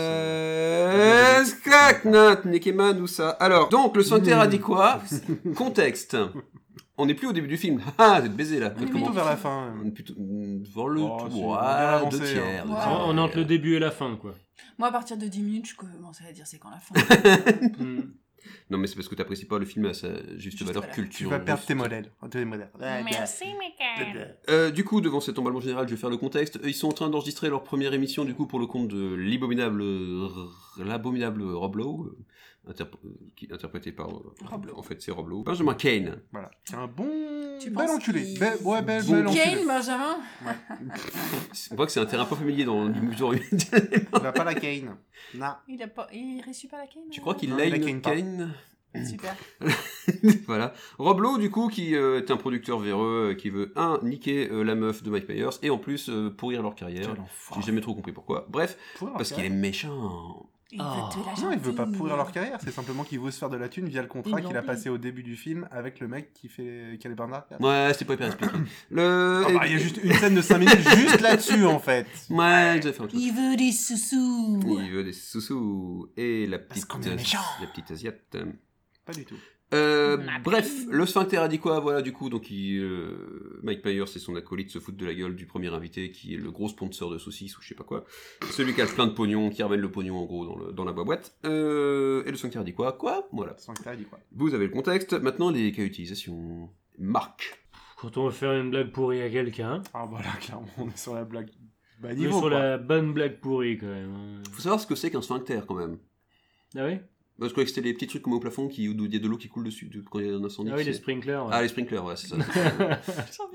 Speaker 8: Euh... Skaknat, Nekeman, ou ça Alors, donc, le sphincter a dit quoi Contexte. On n'est plus au début du film. Ah, vous êtes baisé là. Vous êtes
Speaker 9: Plutôt
Speaker 8: comment
Speaker 9: vers la fin.
Speaker 8: On est plutôt mm, vers le
Speaker 9: Oh, c'est bien
Speaker 8: droit,
Speaker 9: avancé,
Speaker 8: deux tiers.
Speaker 10: hein.
Speaker 8: deux
Speaker 10: Ouais.
Speaker 8: tiers.
Speaker 11: On, on entre le début et la fin, quoi.
Speaker 8: (laughs)
Speaker 10: Moi, à partir de 10 minutes, je commençais à dire c'est quand la
Speaker 9: (laughs)
Speaker 10: fin.
Speaker 11: Hmm.
Speaker 8: Non, mais c'est parce que t'apprécies pas le film à sa juste
Speaker 10: Juste
Speaker 8: valeur
Speaker 10: valeur.
Speaker 9: Tu
Speaker 8: culture.
Speaker 9: vas perdre tes modèles. Tes modèles.
Speaker 10: Michael.
Speaker 8: Euh, du coup, devant cet emballement général, je vais faire le contexte. Euh, Ils sont en train d'enregistrer leur première émission, du coup, pour le compte de l'abominable, l'abominable Rob Lowe, euh, interpr- euh, qui- interprété par, euh,
Speaker 10: Rob
Speaker 8: en fait, c'est Rob Lowe. Benjain Kane.
Speaker 9: Voilà. C'est un bon.
Speaker 10: Tu
Speaker 9: bel
Speaker 10: penses
Speaker 9: enculé.
Speaker 10: qu'il-
Speaker 9: Bel- Ouais, bel,
Speaker 8: Bon
Speaker 9: bel
Speaker 10: Kane,
Speaker 9: enculé.
Speaker 10: Benjamin
Speaker 8: On voit que c'est un terrain pas familier dans (laughs) l'humour.
Speaker 9: Il va pas la Kane. Non.
Speaker 10: Il a pas... Il reçut pas la Kane
Speaker 8: tu
Speaker 10: euh
Speaker 8: crois qu'il
Speaker 9: Non,
Speaker 8: l'a
Speaker 9: il la
Speaker 8: une
Speaker 9: Kane pas.
Speaker 8: Kane
Speaker 10: Super.
Speaker 8: (laughs) voilà. Rob Lowe, du coup, qui euh, est un producteur véreux, euh, qui veut, un, niquer euh, la meuf de Mike Myers, et en plus, euh, pourrir leur carrière.
Speaker 9: Quel
Speaker 8: J'ai
Speaker 9: enfoiré.
Speaker 8: jamais trop compris pourquoi. Bref,
Speaker 9: Pourrir leur
Speaker 8: parce qu'il est
Speaker 9: carrière.
Speaker 8: méchant.
Speaker 10: Il veut te la
Speaker 9: Ah. Non, il veut pas
Speaker 10: gentille.
Speaker 9: pourrir leur carrière, c'est simplement qu'il veut se faire de la thune via le contrat
Speaker 10: Ils
Speaker 9: qu'il a
Speaker 10: l'ont
Speaker 9: passé au début du film avec le mec qui fait qui a les barres d'arcade.
Speaker 8: Ouais, c'était pas hyper expliqué. (coughs) Le...
Speaker 9: Ah bah, il y a juste une scène de 5 minutes juste là-dessus en fait.
Speaker 8: Ouais, j'ai fait un truc.
Speaker 10: Il veut des sous-sous.
Speaker 8: Il veut des sous-sous et la
Speaker 9: Parce
Speaker 8: petite,
Speaker 9: qu'on est méchant.
Speaker 8: la petite asiate.
Speaker 9: Pas du tout.
Speaker 8: Euh, bref, le sphincter a dit quoi Voilà, du coup, donc il, euh, Mike Myers et son acolyte se foutent de la gueule du premier invité qui est le gros sponsor de saucisses ou je sais pas quoi. Celui qui a plein de pognon, qui ramène le pognon en gros dans, le- dans la boîte. Euh, et le sphincter a dit quoi Quoi Voilà.
Speaker 9: Sans que t'aies dit quoi.
Speaker 8: Vous avez le contexte. Maintenant, les cas d'utilisation. Marc.
Speaker 11: Quand on veut faire une blague pourrie à quelqu'un,
Speaker 9: Ah bah là clairement on est sur la blague Bah,
Speaker 11: On est
Speaker 9: niveau,
Speaker 11: sur
Speaker 9: quoi.
Speaker 11: la bonne blague pourrie quand même. hein.
Speaker 8: Faut savoir ce que c'est qu'un sphincter quand même.
Speaker 11: Ah oui
Speaker 8: Parce que c'était les petits trucs comme au plafond qui, où il y a de l'eau qui coule dessus de- quand il y a un incendie.
Speaker 11: Ah oui,
Speaker 8: c'est-
Speaker 11: les sprinklers, ouais.
Speaker 8: Ah, les sprinklers, ouais, c'est ça.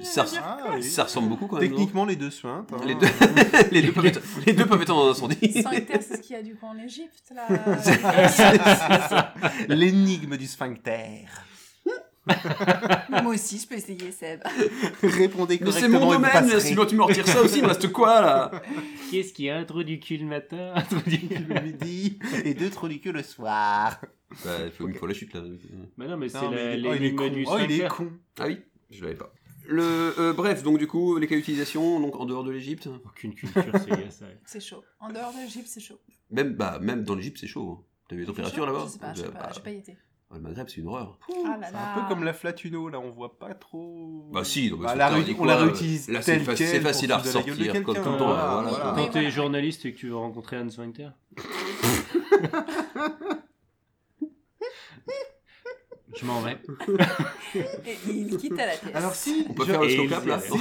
Speaker 8: ça,
Speaker 9: dire
Speaker 8: res-
Speaker 9: quoi.
Speaker 8: ça ressemble beaucoup quand même. non
Speaker 9: Techniquement, les deux suintes. hein.
Speaker 8: Les deux, (laughs) les, deux peuvent être, les deux peuvent être en
Speaker 10: (laughs)
Speaker 8: incendie.
Speaker 10: Sphincter, c'est ce qu'il y a du coup en Égypte, là.
Speaker 8: (laughs)
Speaker 9: C'est- c'est- c'est ça. L'énigme du sphincter.
Speaker 10: Moi aussi, je peux essayer, Seb.
Speaker 9: (laughs) Répondez
Speaker 8: Mais
Speaker 9: correctement.
Speaker 8: c'est mon
Speaker 9: et vous
Speaker 8: domaine,
Speaker 9: passerez.
Speaker 8: si tu me retires ça aussi, il me reste quoi là
Speaker 11: Qu'est-ce qui a un trou du cul le (laughs) matin, un trou du cul
Speaker 9: le midi et deux trous du cul le soir
Speaker 8: Bah, il faut, il faut la chute là.
Speaker 11: Mais non, mais c'est
Speaker 9: Non,
Speaker 11: la-
Speaker 9: mais- oh, il est
Speaker 11: l'énigme
Speaker 9: con.
Speaker 11: du
Speaker 9: Oh, il est
Speaker 11: sphincter.
Speaker 9: con.
Speaker 8: Ah oui, je l'avais pas. Le, euh, bref, donc du coup, les cas d'utilisation donc, en dehors de l'Egypte
Speaker 11: Aucune culture, ces gars,
Speaker 9: (laughs)
Speaker 11: ça.
Speaker 10: C'est chaud. En dehors de l'Égypte, c'est chaud.
Speaker 8: Même, bah, même dans l'Égypte, c'est chaud. hein. T'as vu les températures là-bas
Speaker 10: Je sais pas, je sais
Speaker 8: Bah,
Speaker 10: pas, j'ai pas y été.
Speaker 8: Le Maghreb, c'est une horreur.
Speaker 10: Ah là
Speaker 9: C'est
Speaker 10: là.
Speaker 9: un peu comme la flatuno, là, on voit pas trop.
Speaker 8: Bah si, donc,
Speaker 9: Bah,
Speaker 8: c'est
Speaker 9: la
Speaker 8: tard,
Speaker 9: ré-
Speaker 8: dis
Speaker 9: on
Speaker 8: quoi,
Speaker 9: la
Speaker 8: euh,
Speaker 9: réutilise.
Speaker 8: là, c'est
Speaker 9: telle
Speaker 8: fa-
Speaker 9: quelle
Speaker 8: c'est
Speaker 9: pour
Speaker 8: facile
Speaker 9: se
Speaker 8: à
Speaker 9: foutre de la gueule de
Speaker 8: ressortir, comme
Speaker 9: quelqu'un.
Speaker 8: tout le temps,
Speaker 9: Voilà,
Speaker 8: voilà.
Speaker 9: voilà.
Speaker 11: Euh, Quand
Speaker 10: Oui,
Speaker 11: t'es
Speaker 10: voilà.
Speaker 11: journaliste et que tu veux rencontrer Anne (laughs) Sphincter. Je m'en vais.
Speaker 10: Et il quitte à la tête.
Speaker 9: Alors si,
Speaker 8: On peut faire le
Speaker 11: Et
Speaker 8: slow clap
Speaker 11: il-
Speaker 8: là
Speaker 11: si.
Speaker 8: non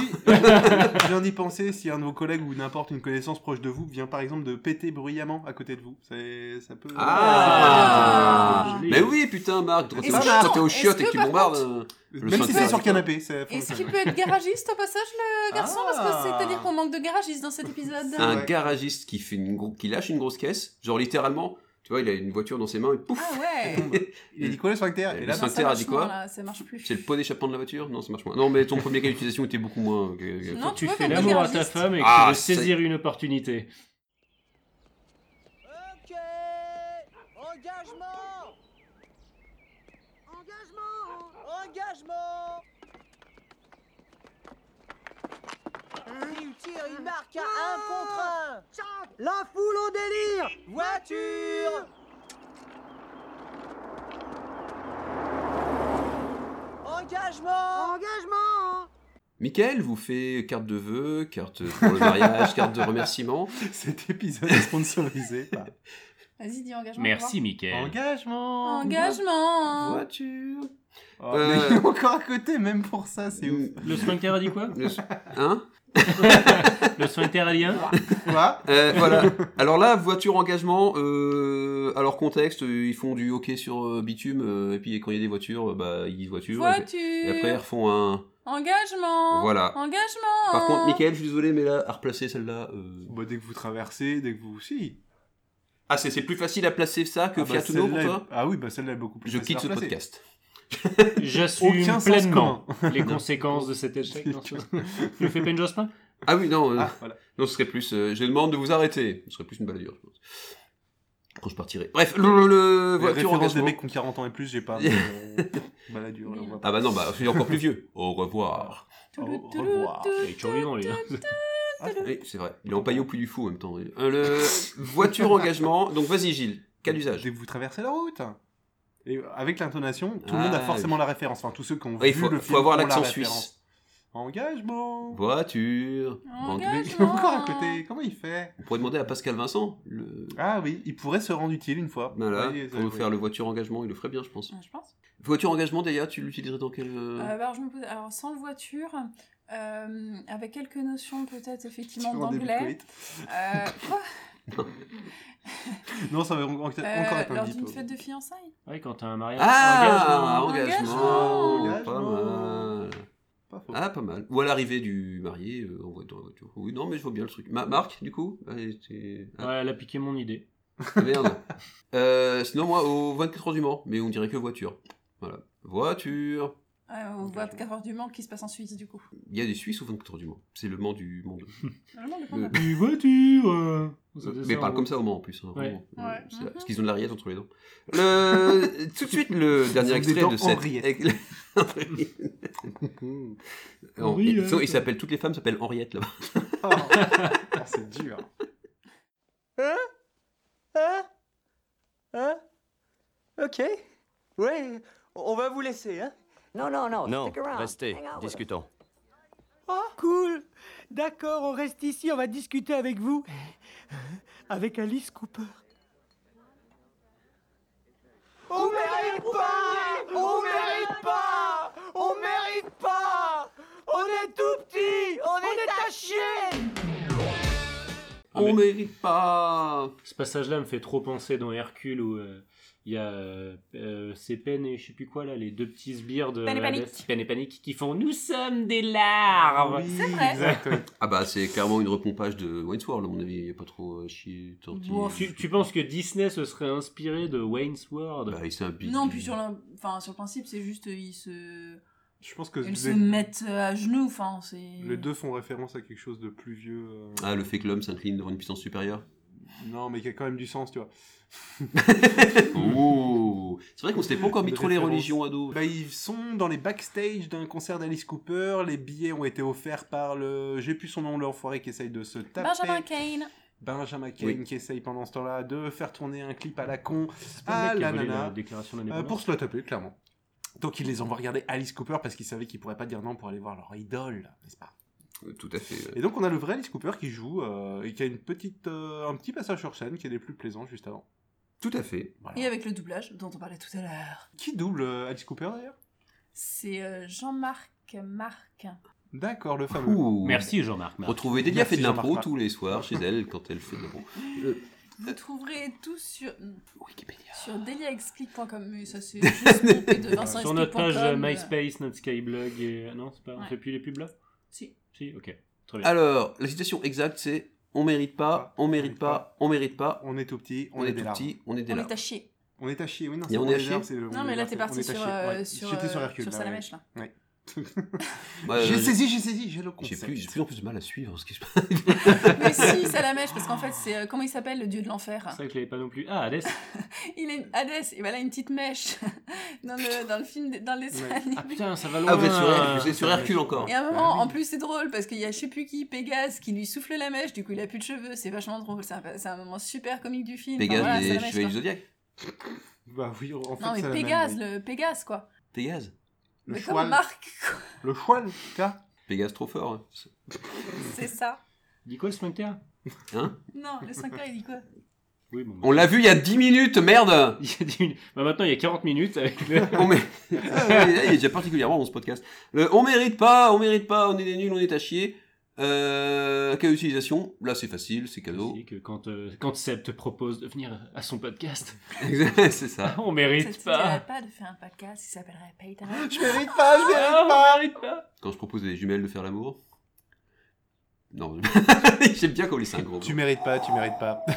Speaker 9: je viens d'y penser, si un de vos collègues ou n'importe une connaissance proche de vous vient par exemple de péter bruyamment à côté de vous, c'est- ça peut...
Speaker 8: Ah
Speaker 10: Ah.
Speaker 8: Mais oui, putain, Marc, quand t'es
Speaker 10: Est-ce
Speaker 8: au-
Speaker 10: que-
Speaker 8: quand t'es
Speaker 10: attends,
Speaker 8: au chiottes et
Speaker 10: est-ce
Speaker 8: que tu
Speaker 10: que par
Speaker 8: bombardes.
Speaker 10: contre-
Speaker 8: euh, le
Speaker 9: Même si
Speaker 8: sphincter.
Speaker 9: c'est sur canapé, ça
Speaker 10: Est-ce
Speaker 9: fonctionne.
Speaker 10: qu'il peut être garagiste au passage, le garçon Parce que
Speaker 9: Ah.
Speaker 10: c'est-à-dire qu'on manque de garagistes dans cet épisode.
Speaker 8: Un
Speaker 9: Ouais.
Speaker 8: garagiste qui, fait une gro- qui lâche une grosse caisse, genre littéralement, tu vois, il a une voiture dans ses mains et pouf
Speaker 10: Ah ouais
Speaker 9: Il a dit quoi le sphincter
Speaker 8: Et
Speaker 9: Et
Speaker 8: le
Speaker 9: là,
Speaker 10: Non,
Speaker 8: sphincter
Speaker 10: ça
Speaker 8: a
Speaker 10: marche
Speaker 8: dit quoi
Speaker 10: moins, là, Ça marche plus.
Speaker 8: C'est le pot d'échappement de la voiture Non, ça marche moins. Non, mais ton premier cas d'utilisation était beaucoup moins. euh, que- que-
Speaker 10: Non,
Speaker 11: Tu
Speaker 10: vois,
Speaker 11: fais
Speaker 10: quand t'es
Speaker 11: l'amour à ta
Speaker 10: garagiste-
Speaker 11: femme et que
Speaker 8: Ah,
Speaker 11: tu veux
Speaker 8: c'est-
Speaker 11: saisir une opportunité.
Speaker 7: Ok Engagement Engagement Engagement Il tire, il marque à un contre un La foule au délire Voiture Engagement Engagement
Speaker 8: Michael vous fait carte de vœux, carte pour le mariage, carte
Speaker 10: (laughs)
Speaker 8: de remerciement.
Speaker 9: (laughs) cet épisode est sponsorisé par...
Speaker 10: Vas-y, dis engagement.
Speaker 11: Merci,
Speaker 9: Oh,
Speaker 11: Mickaël.
Speaker 10: au
Speaker 9: Engagement
Speaker 10: revoir. Engagement
Speaker 8: Voiture.
Speaker 9: Oh,
Speaker 8: Euh. Mm.
Speaker 9: mais il est encore à côté, même pour ça, c'est ouf.
Speaker 11: Le sphincter a dit quoi
Speaker 8: Le- Hein
Speaker 11: Le sphincter
Speaker 9: (laughs)
Speaker 11: alien
Speaker 9: Quoi
Speaker 8: Euh, Voilà. Alors là, voiture engagement. euh, alors contexte, euh, ils font du hockey sur euh, bitume euh, et puis quand il y a des voitures, euh, bah ils disent voiture. Et
Speaker 10: Voiture
Speaker 8: après ils refont un.
Speaker 10: Engagement
Speaker 8: Voilà.
Speaker 10: Engagement
Speaker 8: Par contre, Michael, je suis désolé, mais là à replacer celle-là. euh,
Speaker 9: Bah, dès que vous traversez, dès que vous... Si
Speaker 8: Ah c'est c'est plus facile à placer ça que
Speaker 9: Ah, bah,
Speaker 8: Fiat Uno pour
Speaker 9: celle-là est-
Speaker 8: toi.
Speaker 9: Ah oui, bah celle-là est beaucoup plus
Speaker 8: Je
Speaker 9: facile
Speaker 8: quitte
Speaker 9: à
Speaker 8: ce
Speaker 9: replacer.
Speaker 8: podcast.
Speaker 11: J'assume
Speaker 9: Aucun sens
Speaker 11: pleinement les conséquences de cet échec.
Speaker 9: C'est
Speaker 11: non, (laughs) ça- Je fais peine Jospin
Speaker 8: Ah oui non, euh,
Speaker 9: Ah, voilà.
Speaker 8: non ce serait plus. euh, je demande de vous arrêter. Ce serait plus une baladure, je pense. Quand je partirai. Bref, le, le- le-
Speaker 9: Les
Speaker 8: voiture
Speaker 9: références des
Speaker 8: engagement.
Speaker 9: mecs qui ont 40 ans et plus,
Speaker 8: (laughs)
Speaker 9: j'ai pas. mais, euh, Baladure, là, on va pas.
Speaker 8: Ah bah non, bah je suis encore plus vieux. Au revoir.
Speaker 9: Au
Speaker 10: Toulou, toulou,
Speaker 9: revoir.
Speaker 10: toulou,
Speaker 11: Il est toujours vivant, les gars.
Speaker 8: Ah. Oui, c'est vrai. Il est empaillé au puits du fou en même temps. Euh, le voiture engagement. Donc vas-y Gilles, cas d'usage.
Speaker 9: Dès que vous traversez la route. Et avec l'intonation, tout le
Speaker 8: Ah,
Speaker 9: monde a forcément la référence. Enfin, tous ceux qui ont
Speaker 8: Ouais,
Speaker 9: vu
Speaker 8: Ah, il faut,
Speaker 9: le
Speaker 8: faut
Speaker 9: film
Speaker 8: avoir
Speaker 9: ont la
Speaker 8: l'accent
Speaker 9: référence.
Speaker 8: suisse.
Speaker 9: Engagement.
Speaker 8: Voiture.
Speaker 10: Engagement.
Speaker 9: Mais il est encore à côté. Comment il fait
Speaker 8: On pourrait demander à Pascal Vincent. Le...
Speaker 9: Ah oui, il pourrait se rendre utile une fois.
Speaker 8: Voilà,
Speaker 9: Ah, Oui,
Speaker 8: pour
Speaker 9: ça,
Speaker 8: nous
Speaker 9: oui.
Speaker 8: faire le voiture engagement, il le ferait bien, je pense.
Speaker 10: Ouais, Ah, Je pense.
Speaker 8: Voiture engagement, d'ailleurs, tu l'utiliserais dans quel.
Speaker 10: Euh,
Speaker 8: euh,
Speaker 10: bah, alors, je me pose... alors, sans le voiture, euh, avec quelques notions peut-être effectivement
Speaker 9: En début de
Speaker 10: d'anglais.
Speaker 9: Covid. (laughs)
Speaker 10: Euh, quoi
Speaker 9: Non, ça va encore encore être
Speaker 10: Euh,
Speaker 9: un
Speaker 10: Lors
Speaker 9: bip.
Speaker 10: d'une fête de fiançailles
Speaker 11: Ouais, quand t'as un hein. mariage.
Speaker 8: Ah,
Speaker 11: engagement.
Speaker 8: engagement, Oh,
Speaker 9: Engagement.
Speaker 8: Pas mal.
Speaker 9: Pas faux.
Speaker 8: Ah, pas mal. Ou à l'arrivée du marié, euh, on voit dans la voiture. Oui, non, mais je vois bien le truc. Ma- Marc, du coup Allez, t'es- ah,
Speaker 11: Ouais, elle a piqué mon (laughs) idée.
Speaker 8: Merde. (laughs) Euh, sinon, moi, au 24 heures du Mans, mais on dirait que voiture. Voilà. Voiture.
Speaker 10: Ouais, on voit 4 heures du Mans qui se passe en Suisse du coup.
Speaker 8: Il y a des Suisses au 24 heures du Mans. C'est le Mans du monde.
Speaker 10: Normalement, le
Speaker 8: Le-
Speaker 10: Mans,
Speaker 11: Une voiture hein.
Speaker 8: Mais parle comme ça au Mans en plus. hein,
Speaker 11: Ouais.
Speaker 8: vraiment. Euh,
Speaker 10: Ouais.
Speaker 8: c'est-
Speaker 10: Mhm.
Speaker 8: Parce qu'ils ont de la rillette entre les dents. Le... (laughs) Tout de suite, le dernier
Speaker 9: ont des
Speaker 8: extrait
Speaker 9: dents
Speaker 8: de
Speaker 9: en
Speaker 8: cette. (laughs)
Speaker 9: rillette.
Speaker 8: Henri-
Speaker 11: Henriette.
Speaker 8: Ils sont- ils s'appellent toutes les femmes s'appellent Henriette là-bas.
Speaker 9: (laughs) Oh, oh, c'est dur.
Speaker 7: Hein Hein Hein Ok. Ouais, on va vous laisser, hein
Speaker 4: Non, non, non,
Speaker 14: Non, restez, discutons.
Speaker 7: Oh, cool D'accord, on reste ici, on va discuter avec vous. Avec Alice Cooper. On mérite pas On mérite pas On mérite pas On est tout petit On, est, à chier
Speaker 8: on mérite pas.
Speaker 11: Ce passage-là me fait trop penser dans Hercule où euh, il y a euh, euh, c'est Pen et je sais plus quoi là, les deux petits sbires de
Speaker 10: Pen et
Speaker 11: la-
Speaker 10: Panique.
Speaker 11: Pen et Panique qui font nous sommes des larves.
Speaker 10: C'est vrai. exact,
Speaker 8: Ah bah c'est clairement une repompage de Wayne's World à mon avis, il n'y a pas trop euh, chier, tortiller.
Speaker 11: Bon, tu, tu penses que Disney se serait inspiré de Wayne's World
Speaker 8: Bah, il s'est un
Speaker 10: Non, puis sur le, enfin, sur le principe, c'est juste euh, ils se,
Speaker 9: Je pense que
Speaker 10: ils
Speaker 9: vous
Speaker 10: se
Speaker 9: êtes-
Speaker 10: mettent euh, à genoux. Enfin, c'est.
Speaker 9: les deux font référence à quelque chose de plus vieux. euh,
Speaker 8: Ah le fait que l'homme s'incline devant une puissance supérieure.
Speaker 9: Non, mais qui a quand même du sens, tu vois.
Speaker 8: Oh C'est vrai qu'on s'était pas encore mis
Speaker 9: De
Speaker 8: trop les
Speaker 9: référence.
Speaker 8: religions à dos.
Speaker 9: Bah, ils sont dans les backstage d'un concert d'Alice Cooper. Les billets ont été offerts par le. J'ai plus son nom, l'enfoiré qui essaye de se taper.
Speaker 10: Benjamin Kane.
Speaker 9: Benjamin Kane
Speaker 11: Oui.
Speaker 9: qui essaye pendant ce temps-là de faire tourner un clip à la con
Speaker 11: pas le
Speaker 9: à
Speaker 11: mec qui a
Speaker 9: la
Speaker 11: volé
Speaker 9: nana
Speaker 11: la Déclaration
Speaker 9: euh,
Speaker 11: d'indépendance
Speaker 9: pour se la taper clairement. Donc il les envoie regarder Alice Cooper parce qu'ils savaient qu'ils pourraient pas dire non pour aller voir leur idole, n'est-ce pas
Speaker 8: Euh, Tout à fait.
Speaker 9: Et donc on a le vrai Alice Cooper qui joue euh, et qui a une petite euh, un petit passage sur scène qui est des plus plaisants juste avant.
Speaker 8: Tout à fait.
Speaker 10: Et avec le doublage dont on parlait tout à l'heure,
Speaker 9: Qui double euh, Alice Cooper d'ailleurs
Speaker 10: c'est euh, Jean-Marc Marc.
Speaker 9: D'accord, le fameux.
Speaker 8: Ouh.
Speaker 11: Merci, Jean-Marc Marc.
Speaker 8: Retrouvez Delia fait de
Speaker 9: Merci,
Speaker 8: l'impro
Speaker 9: Jean-Marc
Speaker 8: tous les soirs chez elle quand elle fait de
Speaker 9: (laughs)
Speaker 8: l'impro. Euh,
Speaker 10: Vous trouverez tout sur Wikipédia. Sur deliaexplique.com, mais ça c'est
Speaker 9: (laughs)
Speaker 10: juste pompé de Vincent
Speaker 11: Sur notre page euh,
Speaker 10: Explique.com, euh,
Speaker 11: MySpace, notre Skyblog et euh, non, c'est pas on
Speaker 10: Ouais.
Speaker 11: fait plus les pubs là
Speaker 10: Si.
Speaker 11: Si, OK. Très bien.
Speaker 8: Alors, la citation exacte c'est on mérite
Speaker 9: Ah,
Speaker 8: pas, on mérite pas, on mérite pas.
Speaker 9: On est tout petit, on,
Speaker 8: on
Speaker 9: est,
Speaker 8: est
Speaker 9: des
Speaker 8: tout
Speaker 9: larves.
Speaker 8: petit, on est des
Speaker 10: On
Speaker 8: larves.
Speaker 10: est à chier.
Speaker 9: On est à chier, oui, non,
Speaker 8: Et
Speaker 9: c'est
Speaker 8: on
Speaker 9: on
Speaker 8: est à
Speaker 9: est
Speaker 8: chier
Speaker 9: larves, c'est le-
Speaker 10: Non, mais là t'es
Speaker 9: on
Speaker 10: parti
Speaker 9: est à
Speaker 10: sur,
Speaker 9: chier,
Speaker 10: euh,
Speaker 9: ouais.
Speaker 10: sur,
Speaker 9: J'étais sur
Speaker 10: euh,
Speaker 9: Hercule,
Speaker 10: sur
Speaker 9: là,
Speaker 10: Salamèche
Speaker 9: ouais.
Speaker 10: là.
Speaker 9: Ouais.
Speaker 8: Ouais,
Speaker 9: j'ai
Speaker 8: euh,
Speaker 9: saisi, j'ai saisi, j'ai le
Speaker 8: J'ai
Speaker 9: concept.
Speaker 8: plus, j'ai plus en plus de mal à suivre
Speaker 9: (laughs)
Speaker 8: ce qui se passe.
Speaker 10: Mais si, Salamèche, parce qu'en fait c'est euh, comment il s'appelle le dieu de l'enfer
Speaker 11: C'est vrai que je l'avais pas non plus. Ah,
Speaker 10: (laughs)
Speaker 11: Alès.
Speaker 10: Il est Hadès, et ben là une petite mèche (laughs) dans le, dans le film, des- dans les années.
Speaker 11: Ah putain, ça va loin.
Speaker 8: Ah, vous êtes sur, Hercule- vous êtes sur Hercule encore.
Speaker 10: Et à un
Speaker 9: Bah
Speaker 10: moment, en plus, c'est drôle parce qu'il y a je sais plus qui, Pégase, qui lui souffle la mèche, du coup il a plus de cheveux, c'est vachement drôle, c'est un, c'est un moment super comique du film. Enfin,
Speaker 8: Pégase
Speaker 10: voilà,
Speaker 8: des
Speaker 10: Salamèche,
Speaker 8: Chevaliers
Speaker 10: quoi.
Speaker 8: du Zodiac.
Speaker 9: Bah oui, en fait,
Speaker 10: Non, mais
Speaker 9: c'est la même,
Speaker 10: Pégase,
Speaker 9: oui.
Speaker 10: le Pégase quoi.
Speaker 8: Pégase.
Speaker 9: Le
Speaker 10: mais
Speaker 9: choual.
Speaker 10: comme Marc, (laughs)
Speaker 9: Le choual, t'as
Speaker 8: (laughs) Pégase trop fort. hein.
Speaker 10: c'est ça.
Speaker 11: Dis quoi le sphincter
Speaker 8: Hein
Speaker 10: Non, le 5 il dit quoi
Speaker 11: Oui, bon. bah.
Speaker 8: On l'a vu il y a 10 minutes, merde
Speaker 11: (laughs) Il y a 10 minutes. Bah maintenant, il y a 40 minutes avec le.
Speaker 8: on mé- (laughs) Ah ouais, là, il est déjà particulièrement dans ce podcast. Le on mérite pas, on mérite pas, on est des nuls, on est à chier. Euh, cas d'utilisation, là c'est facile,
Speaker 11: (laughs)
Speaker 8: c'est cadeau.
Speaker 11: Aussi que quand, euh, quand Seb te propose de venir à son podcast, (laughs)
Speaker 8: Exact, c'est ça.
Speaker 11: on
Speaker 10: Ça
Speaker 11: mérite
Speaker 10: te dirait
Speaker 11: pas.
Speaker 10: pas de faire un podcast qui s'appellerait Paye ta
Speaker 9: Je mérite pas, je mérite
Speaker 11: Ah,
Speaker 9: pas
Speaker 11: (laughs) on mérite pas.
Speaker 8: Quand je propose à des jumelles de faire l'amour. Non, j'aime bien quand les cinq gros.
Speaker 9: (laughs) Tu mérites pas, tu mérites pas. (laughs)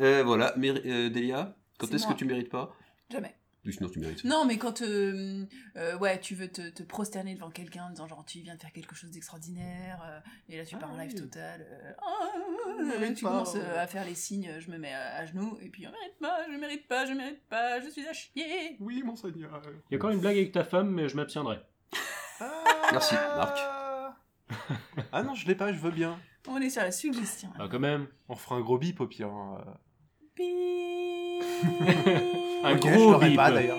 Speaker 8: Euh, voilà, Mér- euh, Delia, quand
Speaker 10: C'est
Speaker 8: est-ce que
Speaker 10: moi.
Speaker 8: tu mérites pas
Speaker 10: Jamais.
Speaker 8: Ou Sinon tu mérites.
Speaker 10: Non, mais quand euh, euh, ouais, tu veux te, te prosterner devant quelqu'un en disant genre tu viens de faire quelque chose d'extraordinaire euh, et là tu pars en live total. euh, Ah,
Speaker 9: mérite
Speaker 10: tu
Speaker 9: pas,
Speaker 10: commences euh,
Speaker 9: ouais.
Speaker 10: à faire les signes, euh, je me mets à, à genoux et puis on mérite pas, je mérite pas, je mérite pas, je suis à chier.
Speaker 9: Oui, mon seigneur.
Speaker 11: Il y a encore une blague avec ta femme, mais je m'abstiendrai.
Speaker 8: Merci, Marc.
Speaker 9: Ah non, je l'ai pas, je veux bien.
Speaker 10: On est sur la suggestion.
Speaker 11: Ah, quand même.
Speaker 9: On fera un gros bip au pire. hein.
Speaker 10: Bip.
Speaker 11: Un
Speaker 9: Ok, je
Speaker 11: gros
Speaker 9: l'aurais
Speaker 11: bip.
Speaker 9: pas d'ailleurs.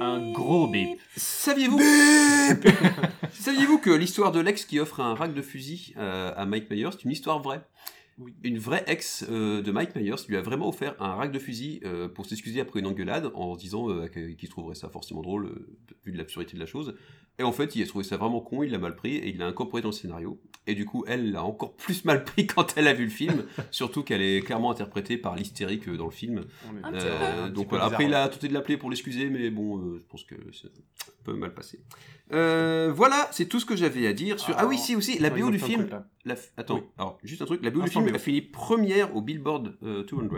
Speaker 11: Un gros bip.
Speaker 8: Saviez-vous Euh. (laughs) Saviez-vous que l'histoire de l'ex qui offre un rack de fusil euh, à Mike Myers, c'est une histoire vraie
Speaker 9: Oui.
Speaker 8: Une vraie ex euh, de Mike Myers lui a vraiment offert un rack de fusil euh, pour s'excuser après une engueulade en se disant euh, que- qu'il trouverait ça forcément drôle euh, vu de l'absurdité de la chose. Et en fait, il a trouvé ça vraiment con, il l'a mal pris et il l'a incorporé dans le scénario. Et du coup, elle l'a encore (laughs) plus mal pris quand elle a vu le film, (laughs) surtout qu'elle est clairement interprétée par l'hystérique euh, dans le film.
Speaker 9: On est-
Speaker 10: Un
Speaker 8: Euh,
Speaker 10: petit peu.
Speaker 9: Un petit
Speaker 8: donc
Speaker 9: peu
Speaker 8: voilà, après il
Speaker 9: Ah, bizarre,
Speaker 8: a tenté de l'appeler pour l'excuser, mais bon, euh, je pense que c'est un peu mal passé. Euh, voilà, c'est tout ce que j'avais à dire sur. Ah, oui, si aussi, la
Speaker 9: Ouais,
Speaker 8: BO
Speaker 9: ils ont
Speaker 8: du
Speaker 9: plein de
Speaker 8: film.
Speaker 9: trucs, là.
Speaker 8: la f- Attends,
Speaker 9: Oui.
Speaker 8: alors juste un truc, la BO du
Speaker 9: Instant
Speaker 8: film
Speaker 9: BO.
Speaker 8: a fini première au Billboard euh, 200.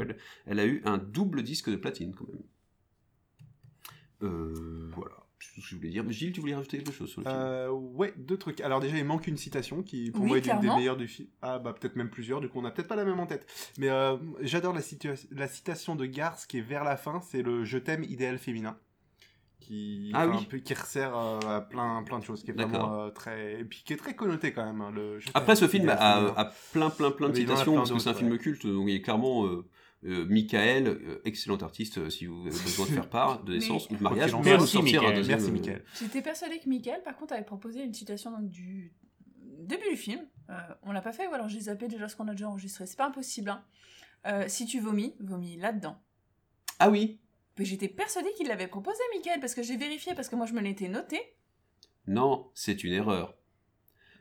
Speaker 8: Elle a eu un double disque de platine quand même. Euh, voilà, c'est tout ce que je voulais dire. Mais Gilles, tu voulais rajouter quelque chose sur le film
Speaker 9: Euh, ouais, deux trucs. Alors déjà, il manque une citation qui, pour
Speaker 10: Oui,
Speaker 9: moi, est l'une des
Speaker 10: clairement.
Speaker 9: meilleures du film. Ah bah peut-être même plusieurs, du coup on n'a peut-être pas la même en tête. Mais euh, j'adore la, situa- la citation de Garce qui est vers la fin, c'est le « je t'aime idéal féminin ». Qui,
Speaker 8: Ah
Speaker 9: enfin,
Speaker 8: oui.
Speaker 9: un peu- qui resserre euh, à plein, plein de choses, qui est
Speaker 8: D'accord.
Speaker 9: vraiment euh, très... Et puis qui est très connoté quand même. hein, le Je
Speaker 8: Après,
Speaker 9: t'aime
Speaker 8: ce film bah, ah, a,
Speaker 9: idéal féminin.
Speaker 8: a plein, plein, plein de
Speaker 9: Mais il en a
Speaker 8: citations,
Speaker 9: plein
Speaker 8: parce que c'est un
Speaker 9: d'autres,
Speaker 8: film culte, donc il est clairement euh, euh, Michael, euh, excellent artiste, euh, si vous avez
Speaker 9: (laughs)
Speaker 8: besoin de faire part de
Speaker 10: Mais-
Speaker 8: naissance ou de mariage.
Speaker 9: Quoi
Speaker 8: on
Speaker 9: qu'il en
Speaker 8: va
Speaker 11: soit,
Speaker 8: sortir
Speaker 11: Michael.
Speaker 8: un deuxième,
Speaker 9: Merci
Speaker 8: euh,
Speaker 9: Mickaël.
Speaker 10: J'étais persuadée que Michael, par contre, avait proposé une citation donc, du début du film. Euh, on l'a pas fait, ou alors j'ai zappé déjà ce qu'on a déjà enregistré. C'est pas impossible. hein. Euh, si tu vomis, vomis là-dedans.
Speaker 8: Ah oui
Speaker 10: Mais j'étais persuadée qu'il l'avait proposé, Michael, parce que j'ai vérifié, parce que moi je me l'étais noté.
Speaker 8: Non, c'est une erreur.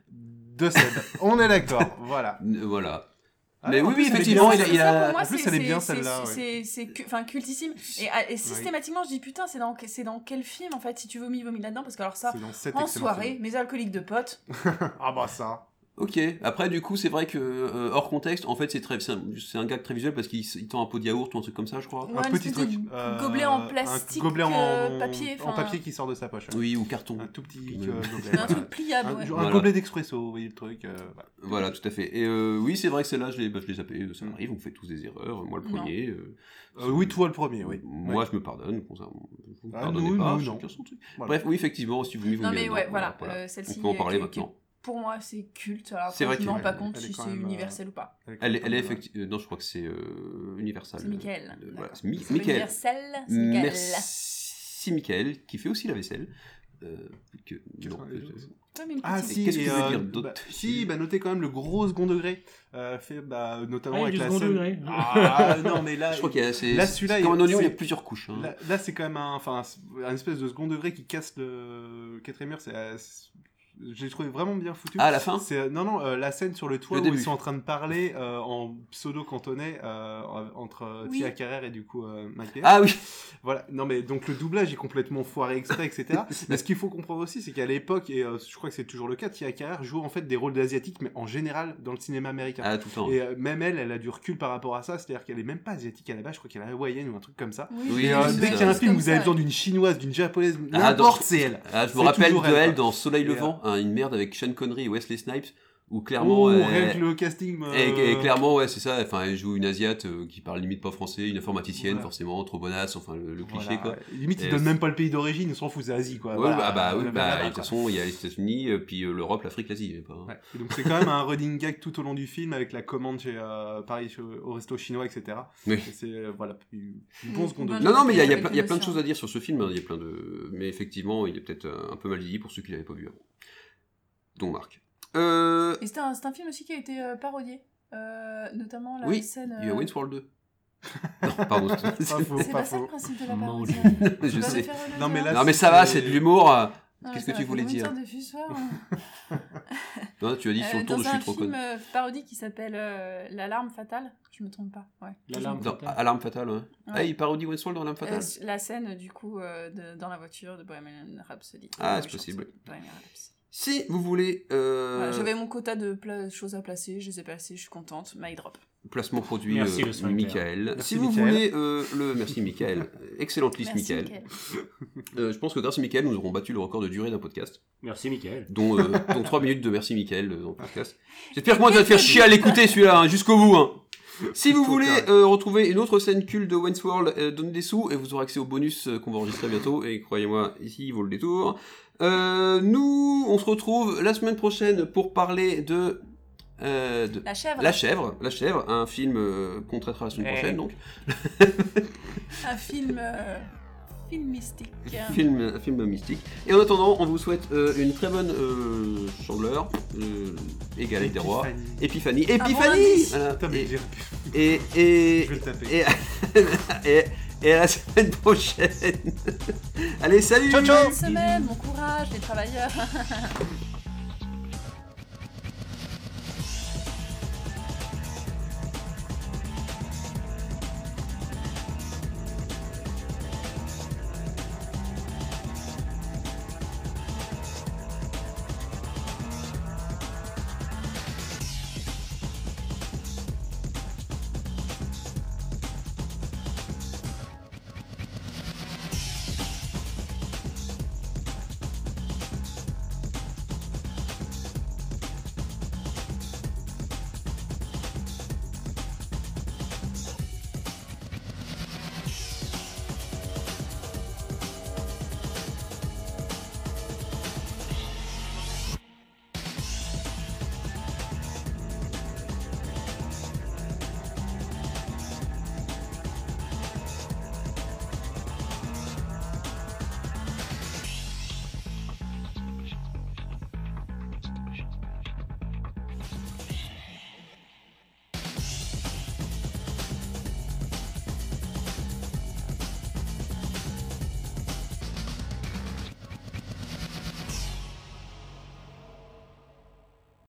Speaker 9: de Seb.
Speaker 8: (laughs)
Speaker 9: On est d'accord, voilà.
Speaker 8: euh, Voilà.
Speaker 9: Ah,
Speaker 8: Mais
Speaker 9: en
Speaker 8: oui,
Speaker 9: plus,
Speaker 8: oui,
Speaker 9: elle est
Speaker 8: effectivement,
Speaker 9: bien,
Speaker 8: il a- il
Speaker 10: Ça,
Speaker 8: a.
Speaker 10: pour moi,
Speaker 9: en plus,
Speaker 10: c'est-
Speaker 9: elle est
Speaker 10: c'est-
Speaker 9: bien,
Speaker 10: c'est-
Speaker 9: celle-là,
Speaker 10: c'est-
Speaker 9: ouais.
Speaker 10: c'est- c'est cu- enfin, cultissime. Et, ah, et systématiquement, je dis putain, c'est dans, c'est dans quel film en fait Si tu vomis, vomis là-dedans. Parce que alors ça,
Speaker 8: C'est dans cet
Speaker 10: en
Speaker 8: excellent
Speaker 10: soirée, mes alcooliques de potes.
Speaker 9: ah bah ça.
Speaker 8: Ok, après du coup c'est vrai que euh, hors contexte, en fait c'est très, c'est un, c'est un gag très visuel parce qu'il s- il tend un pot de yaourt ou un truc comme ça je crois.
Speaker 10: Ouais, Un une petit espèce de truc. gobelet en plastique, euh, papier,
Speaker 9: en
Speaker 10: enfin-
Speaker 9: papier qui sort de sa poche.
Speaker 8: Oui, ou carton.
Speaker 9: Un tout petit
Speaker 8: Quand
Speaker 9: euh,
Speaker 8: même.
Speaker 9: gobelet.
Speaker 10: Un truc pliable,
Speaker 9: (laughs) Un,
Speaker 10: ouais.
Speaker 9: genre un
Speaker 8: Voilà.
Speaker 9: gobelet d'expresso, vous voyez le truc. euh, voilà.
Speaker 8: Voilà, tout à fait. Et euh, oui c'est vrai que celle-là je l'ai bah, je l'ai zappé, ça m'arrive, on fait tous des erreurs, moi le
Speaker 9: Mm. Non.
Speaker 8: premier. euh,
Speaker 9: Euh, oui, toi le premier, oui.
Speaker 8: Moi
Speaker 9: Ouais.
Speaker 8: je me pardonne, bon, ça, vous me
Speaker 9: Ah,
Speaker 8: pardonnez
Speaker 9: nous,
Speaker 8: pas,
Speaker 9: nous, non.
Speaker 8: chacun son truc.
Speaker 9: Voilà.
Speaker 8: Bref, oui effectivement, si vous m'y
Speaker 10: Non,
Speaker 8: voulez,
Speaker 10: mais
Speaker 8: non,
Speaker 10: ouais, voilà. euh, Celle-ci,
Speaker 8: on peut en parler
Speaker 10: qui- qui-
Speaker 8: maintenant.
Speaker 10: Pour moi, c'est culte. Alors,
Speaker 8: C'est
Speaker 10: après,
Speaker 8: vrai
Speaker 10: je me
Speaker 8: qu'elle-
Speaker 10: rends pas compte
Speaker 8: elle est
Speaker 10: si
Speaker 8: quand
Speaker 10: c'est
Speaker 8: même, euh,
Speaker 10: universel ou pas.
Speaker 8: Elle est, elle est effectivement. Non, je crois que c'est euh, Universal.
Speaker 10: C'est Michael,
Speaker 8: Euh,
Speaker 10: d'accord.
Speaker 8: voilà, c'est Mi-
Speaker 10: C'est
Speaker 8: Michael.
Speaker 10: Universal, c'est Michael.
Speaker 8: Merci Michael, qui fait aussi la vaisselle. Euh, que, non, que-
Speaker 10: mais une
Speaker 9: Ah
Speaker 8: petite-
Speaker 9: si,
Speaker 8: Qu'est-ce que
Speaker 9: et,
Speaker 8: je
Speaker 9: euh,
Speaker 8: veux dire d'autre
Speaker 9: bah, Si, bah notez quand même le gros second degré, euh, fait bah, notamment
Speaker 11: Ah,
Speaker 9: avec
Speaker 11: il y a
Speaker 9: la
Speaker 11: du second
Speaker 9: scène-
Speaker 11: degré.
Speaker 9: Ah non mais là,
Speaker 8: Je crois qu'il y a- c'est-
Speaker 9: là
Speaker 8: c'est-
Speaker 9: celui-là,
Speaker 8: c'est comme un oignon,
Speaker 9: c'est-
Speaker 8: il y a plusieurs couches, hein.
Speaker 9: Là, là, c'est quand même un, enfin, un espèce de second degré qui casse le quatrième mur. C'est, euh, c'est- je l'ai trouvé vraiment bien foutu.
Speaker 8: Ah, la fin
Speaker 9: C'est, euh, Non non, euh, la scène sur le toit
Speaker 8: Le
Speaker 9: où
Speaker 8: début.
Speaker 9: ils sont en train de parler euh, en pseudo cantonais euh, en- entre euh,
Speaker 8: Oui.
Speaker 9: Tia Carrère et du coup euh, Michael.
Speaker 8: Ah oui.
Speaker 9: Voilà. Non mais donc le doublage est complètement foiré exprès, etc.
Speaker 8: (laughs)
Speaker 9: mais ce qu'il faut comprendre aussi, c'est qu'à l'époque, et euh, je crois que c'est toujours le cas, Tia Carrère joue en fait des rôles d'asiatiques, mais en général dans le cinéma américain.
Speaker 8: Ah, tout le temps.
Speaker 9: Et euh, même elle, elle a du recul par rapport à ça, c'est-à-dire qu'elle est même pas asiatique à la base, je crois qu'elle est hawaïenne ou un truc comme ça.
Speaker 8: Oui, ah, Oui,
Speaker 9: et, euh,
Speaker 8: oui,
Speaker 9: dès
Speaker 8: c'est
Speaker 9: qu'il y a un
Speaker 8: ça.
Speaker 9: film, où vous
Speaker 8: Comme ça.
Speaker 9: avez besoin d'une chinoise, d'une japonaise,
Speaker 8: Ah,
Speaker 9: n'importe oh,
Speaker 8: dans-
Speaker 9: c'est elle.
Speaker 8: Ah, je
Speaker 9: C'est
Speaker 8: me rappelle
Speaker 9: toujours
Speaker 8: de elle
Speaker 9: quoi.
Speaker 8: dans Soleil
Speaker 9: Et, euh,
Speaker 8: Levant, hein, une merde avec Sean Connery et Wesley Snipes, où clairement.
Speaker 9: Oh,
Speaker 8: elle-
Speaker 9: rien que le casting, euh,
Speaker 8: Et, et clairement, ouais, c'est ça. Enfin, elle joue une Asiate euh, qui parle limite pas français, une informaticienne,
Speaker 9: Voilà.
Speaker 8: forcément, trop bonasse, enfin, le, le
Speaker 9: Voilà.
Speaker 8: cliché, quoi.
Speaker 9: Limite,
Speaker 8: Et
Speaker 9: ils donnent même pas le pays d'origine, ils s'en foutent, c'est Asie, quoi.
Speaker 8: Ouais,
Speaker 9: Voilà.
Speaker 8: ah bah oui,
Speaker 9: Voilà,
Speaker 8: bah,
Speaker 9: voilà,
Speaker 8: de toute
Speaker 9: quoi.
Speaker 8: façon, il y a les États-Unis, euh, puis euh, l'Europe, l'Afrique, l'Asie. il y a pas- hein.
Speaker 9: Et donc c'est quand même un running gag tout au long du film avec la commande chez euh, Paris chez- au resto chinois, etc.
Speaker 8: Oui.
Speaker 9: Et C'est euh, voilà, du du
Speaker 8: Mm.
Speaker 9: bon second degré.
Speaker 8: Non, non, mais il y a, il y a plein- il y a plein de choses à dire sur ce film. hein, Il y a plein de... Mais effectivement, il est peut-être euh, un peu mal vieilli pour ceux qui l'avaient pas vu avant. Donc, Marc. Euh,
Speaker 10: Et c'est un, c'est un film aussi qui a été euh, parodié. Euh, notamment la
Speaker 8: oui,
Speaker 10: scène.
Speaker 8: il y
Speaker 10: euh,
Speaker 8: a Wayne's World 2. non, pardon. c'est-
Speaker 10: C'est
Speaker 8: (laughs)
Speaker 10: pas, ça le principe de la parodie. Tu
Speaker 8: Je
Speaker 10: vas
Speaker 8: sais.
Speaker 10: le faire le
Speaker 8: Non, mais,
Speaker 10: dire.
Speaker 8: ça va, c'est de l'humour. euh,
Speaker 10: Non, mais
Speaker 8: Qu'est-ce
Speaker 10: ça
Speaker 8: que tu
Speaker 10: va,
Speaker 8: voulais
Speaker 10: c'est une
Speaker 8: dire
Speaker 10: sorte de fussoir, hein.
Speaker 8: Non, Tu as dit sur
Speaker 10: Euh,
Speaker 8: le tour de
Speaker 10: dans un
Speaker 8: Je suis trop
Speaker 10: film
Speaker 8: conne.
Speaker 10: euh, parodie qui s'appelle euh, L'alarme fatale, je me trompe pas. Ouais.
Speaker 8: Dans- Alarme fatale, ouais. Ah, il parodie Wayne's World dans Alarme
Speaker 10: Euh,
Speaker 8: fatale
Speaker 10: la scène du coup euh, de- dans la voiture de Bohemian Rhapsody. Euh,
Speaker 8: Ah, c'est
Speaker 10: Je
Speaker 8: possible.
Speaker 10: chante Bohemian Rhapsody.
Speaker 8: Si vous voulez. euh,
Speaker 10: Voilà, J'avais mon quota de pla- choses à placer, je les ai placées, je suis contente. My drop.
Speaker 8: Placement produit,
Speaker 11: Merci,
Speaker 8: euh,
Speaker 11: le soin
Speaker 8: Michael.
Speaker 11: clair.
Speaker 8: si
Speaker 11: Merci,
Speaker 8: vous
Speaker 11: Michael.
Speaker 8: voulez euh, le.
Speaker 11: (laughs)
Speaker 8: Merci, Michael. Excellente liste,
Speaker 10: Merci,
Speaker 8: Michael. Euh, je pense que grâce à Michael, nous aurons battu le record de durée d'un podcast.
Speaker 11: Merci, Michael.
Speaker 8: Dont, euh, dont 3 minutes de merci, Michael, euh, dans le podcast. J'espère que moi, je
Speaker 11: Michael
Speaker 8: vais te faire
Speaker 11: te
Speaker 8: chier à
Speaker 11: dit-
Speaker 8: l'écouter celui-là, hein, jusqu'au bout. hein. Si vous
Speaker 11: Tout
Speaker 8: voulez
Speaker 11: carré.
Speaker 8: euh, retrouver une autre scène culte de Wayne's World, euh, donnez des sous et vous aurez accès au bonus euh, qu'on va enregistrer bientôt. Et croyez-moi, ici, il vaut le détour. Euh, nous, on se retrouve la semaine prochaine pour parler de. euh, de-
Speaker 10: La chèvre.
Speaker 8: La chèvre, La Chèvre, un film euh, qu'on traitera la semaine
Speaker 10: Eh.
Speaker 8: prochaine, donc.
Speaker 10: Un film, euh, film mystique.
Speaker 8: film, un film mystique. Et en attendant, on vous souhaite euh, une très bonne euh, chandeleur, euh, égale avec des rois, épiphanie,
Speaker 11: Un bon
Speaker 8: épiphanie
Speaker 11: lundi.
Speaker 8: Voilà.
Speaker 11: Putain, mais
Speaker 8: et,
Speaker 11: j'ai
Speaker 8: et, et,
Speaker 11: Je vais le taper.
Speaker 8: et, et- (laughs) et à la semaine prochaine. (laughs) Allez, salut
Speaker 10: Bonne semaine, bon courage, les travailleurs.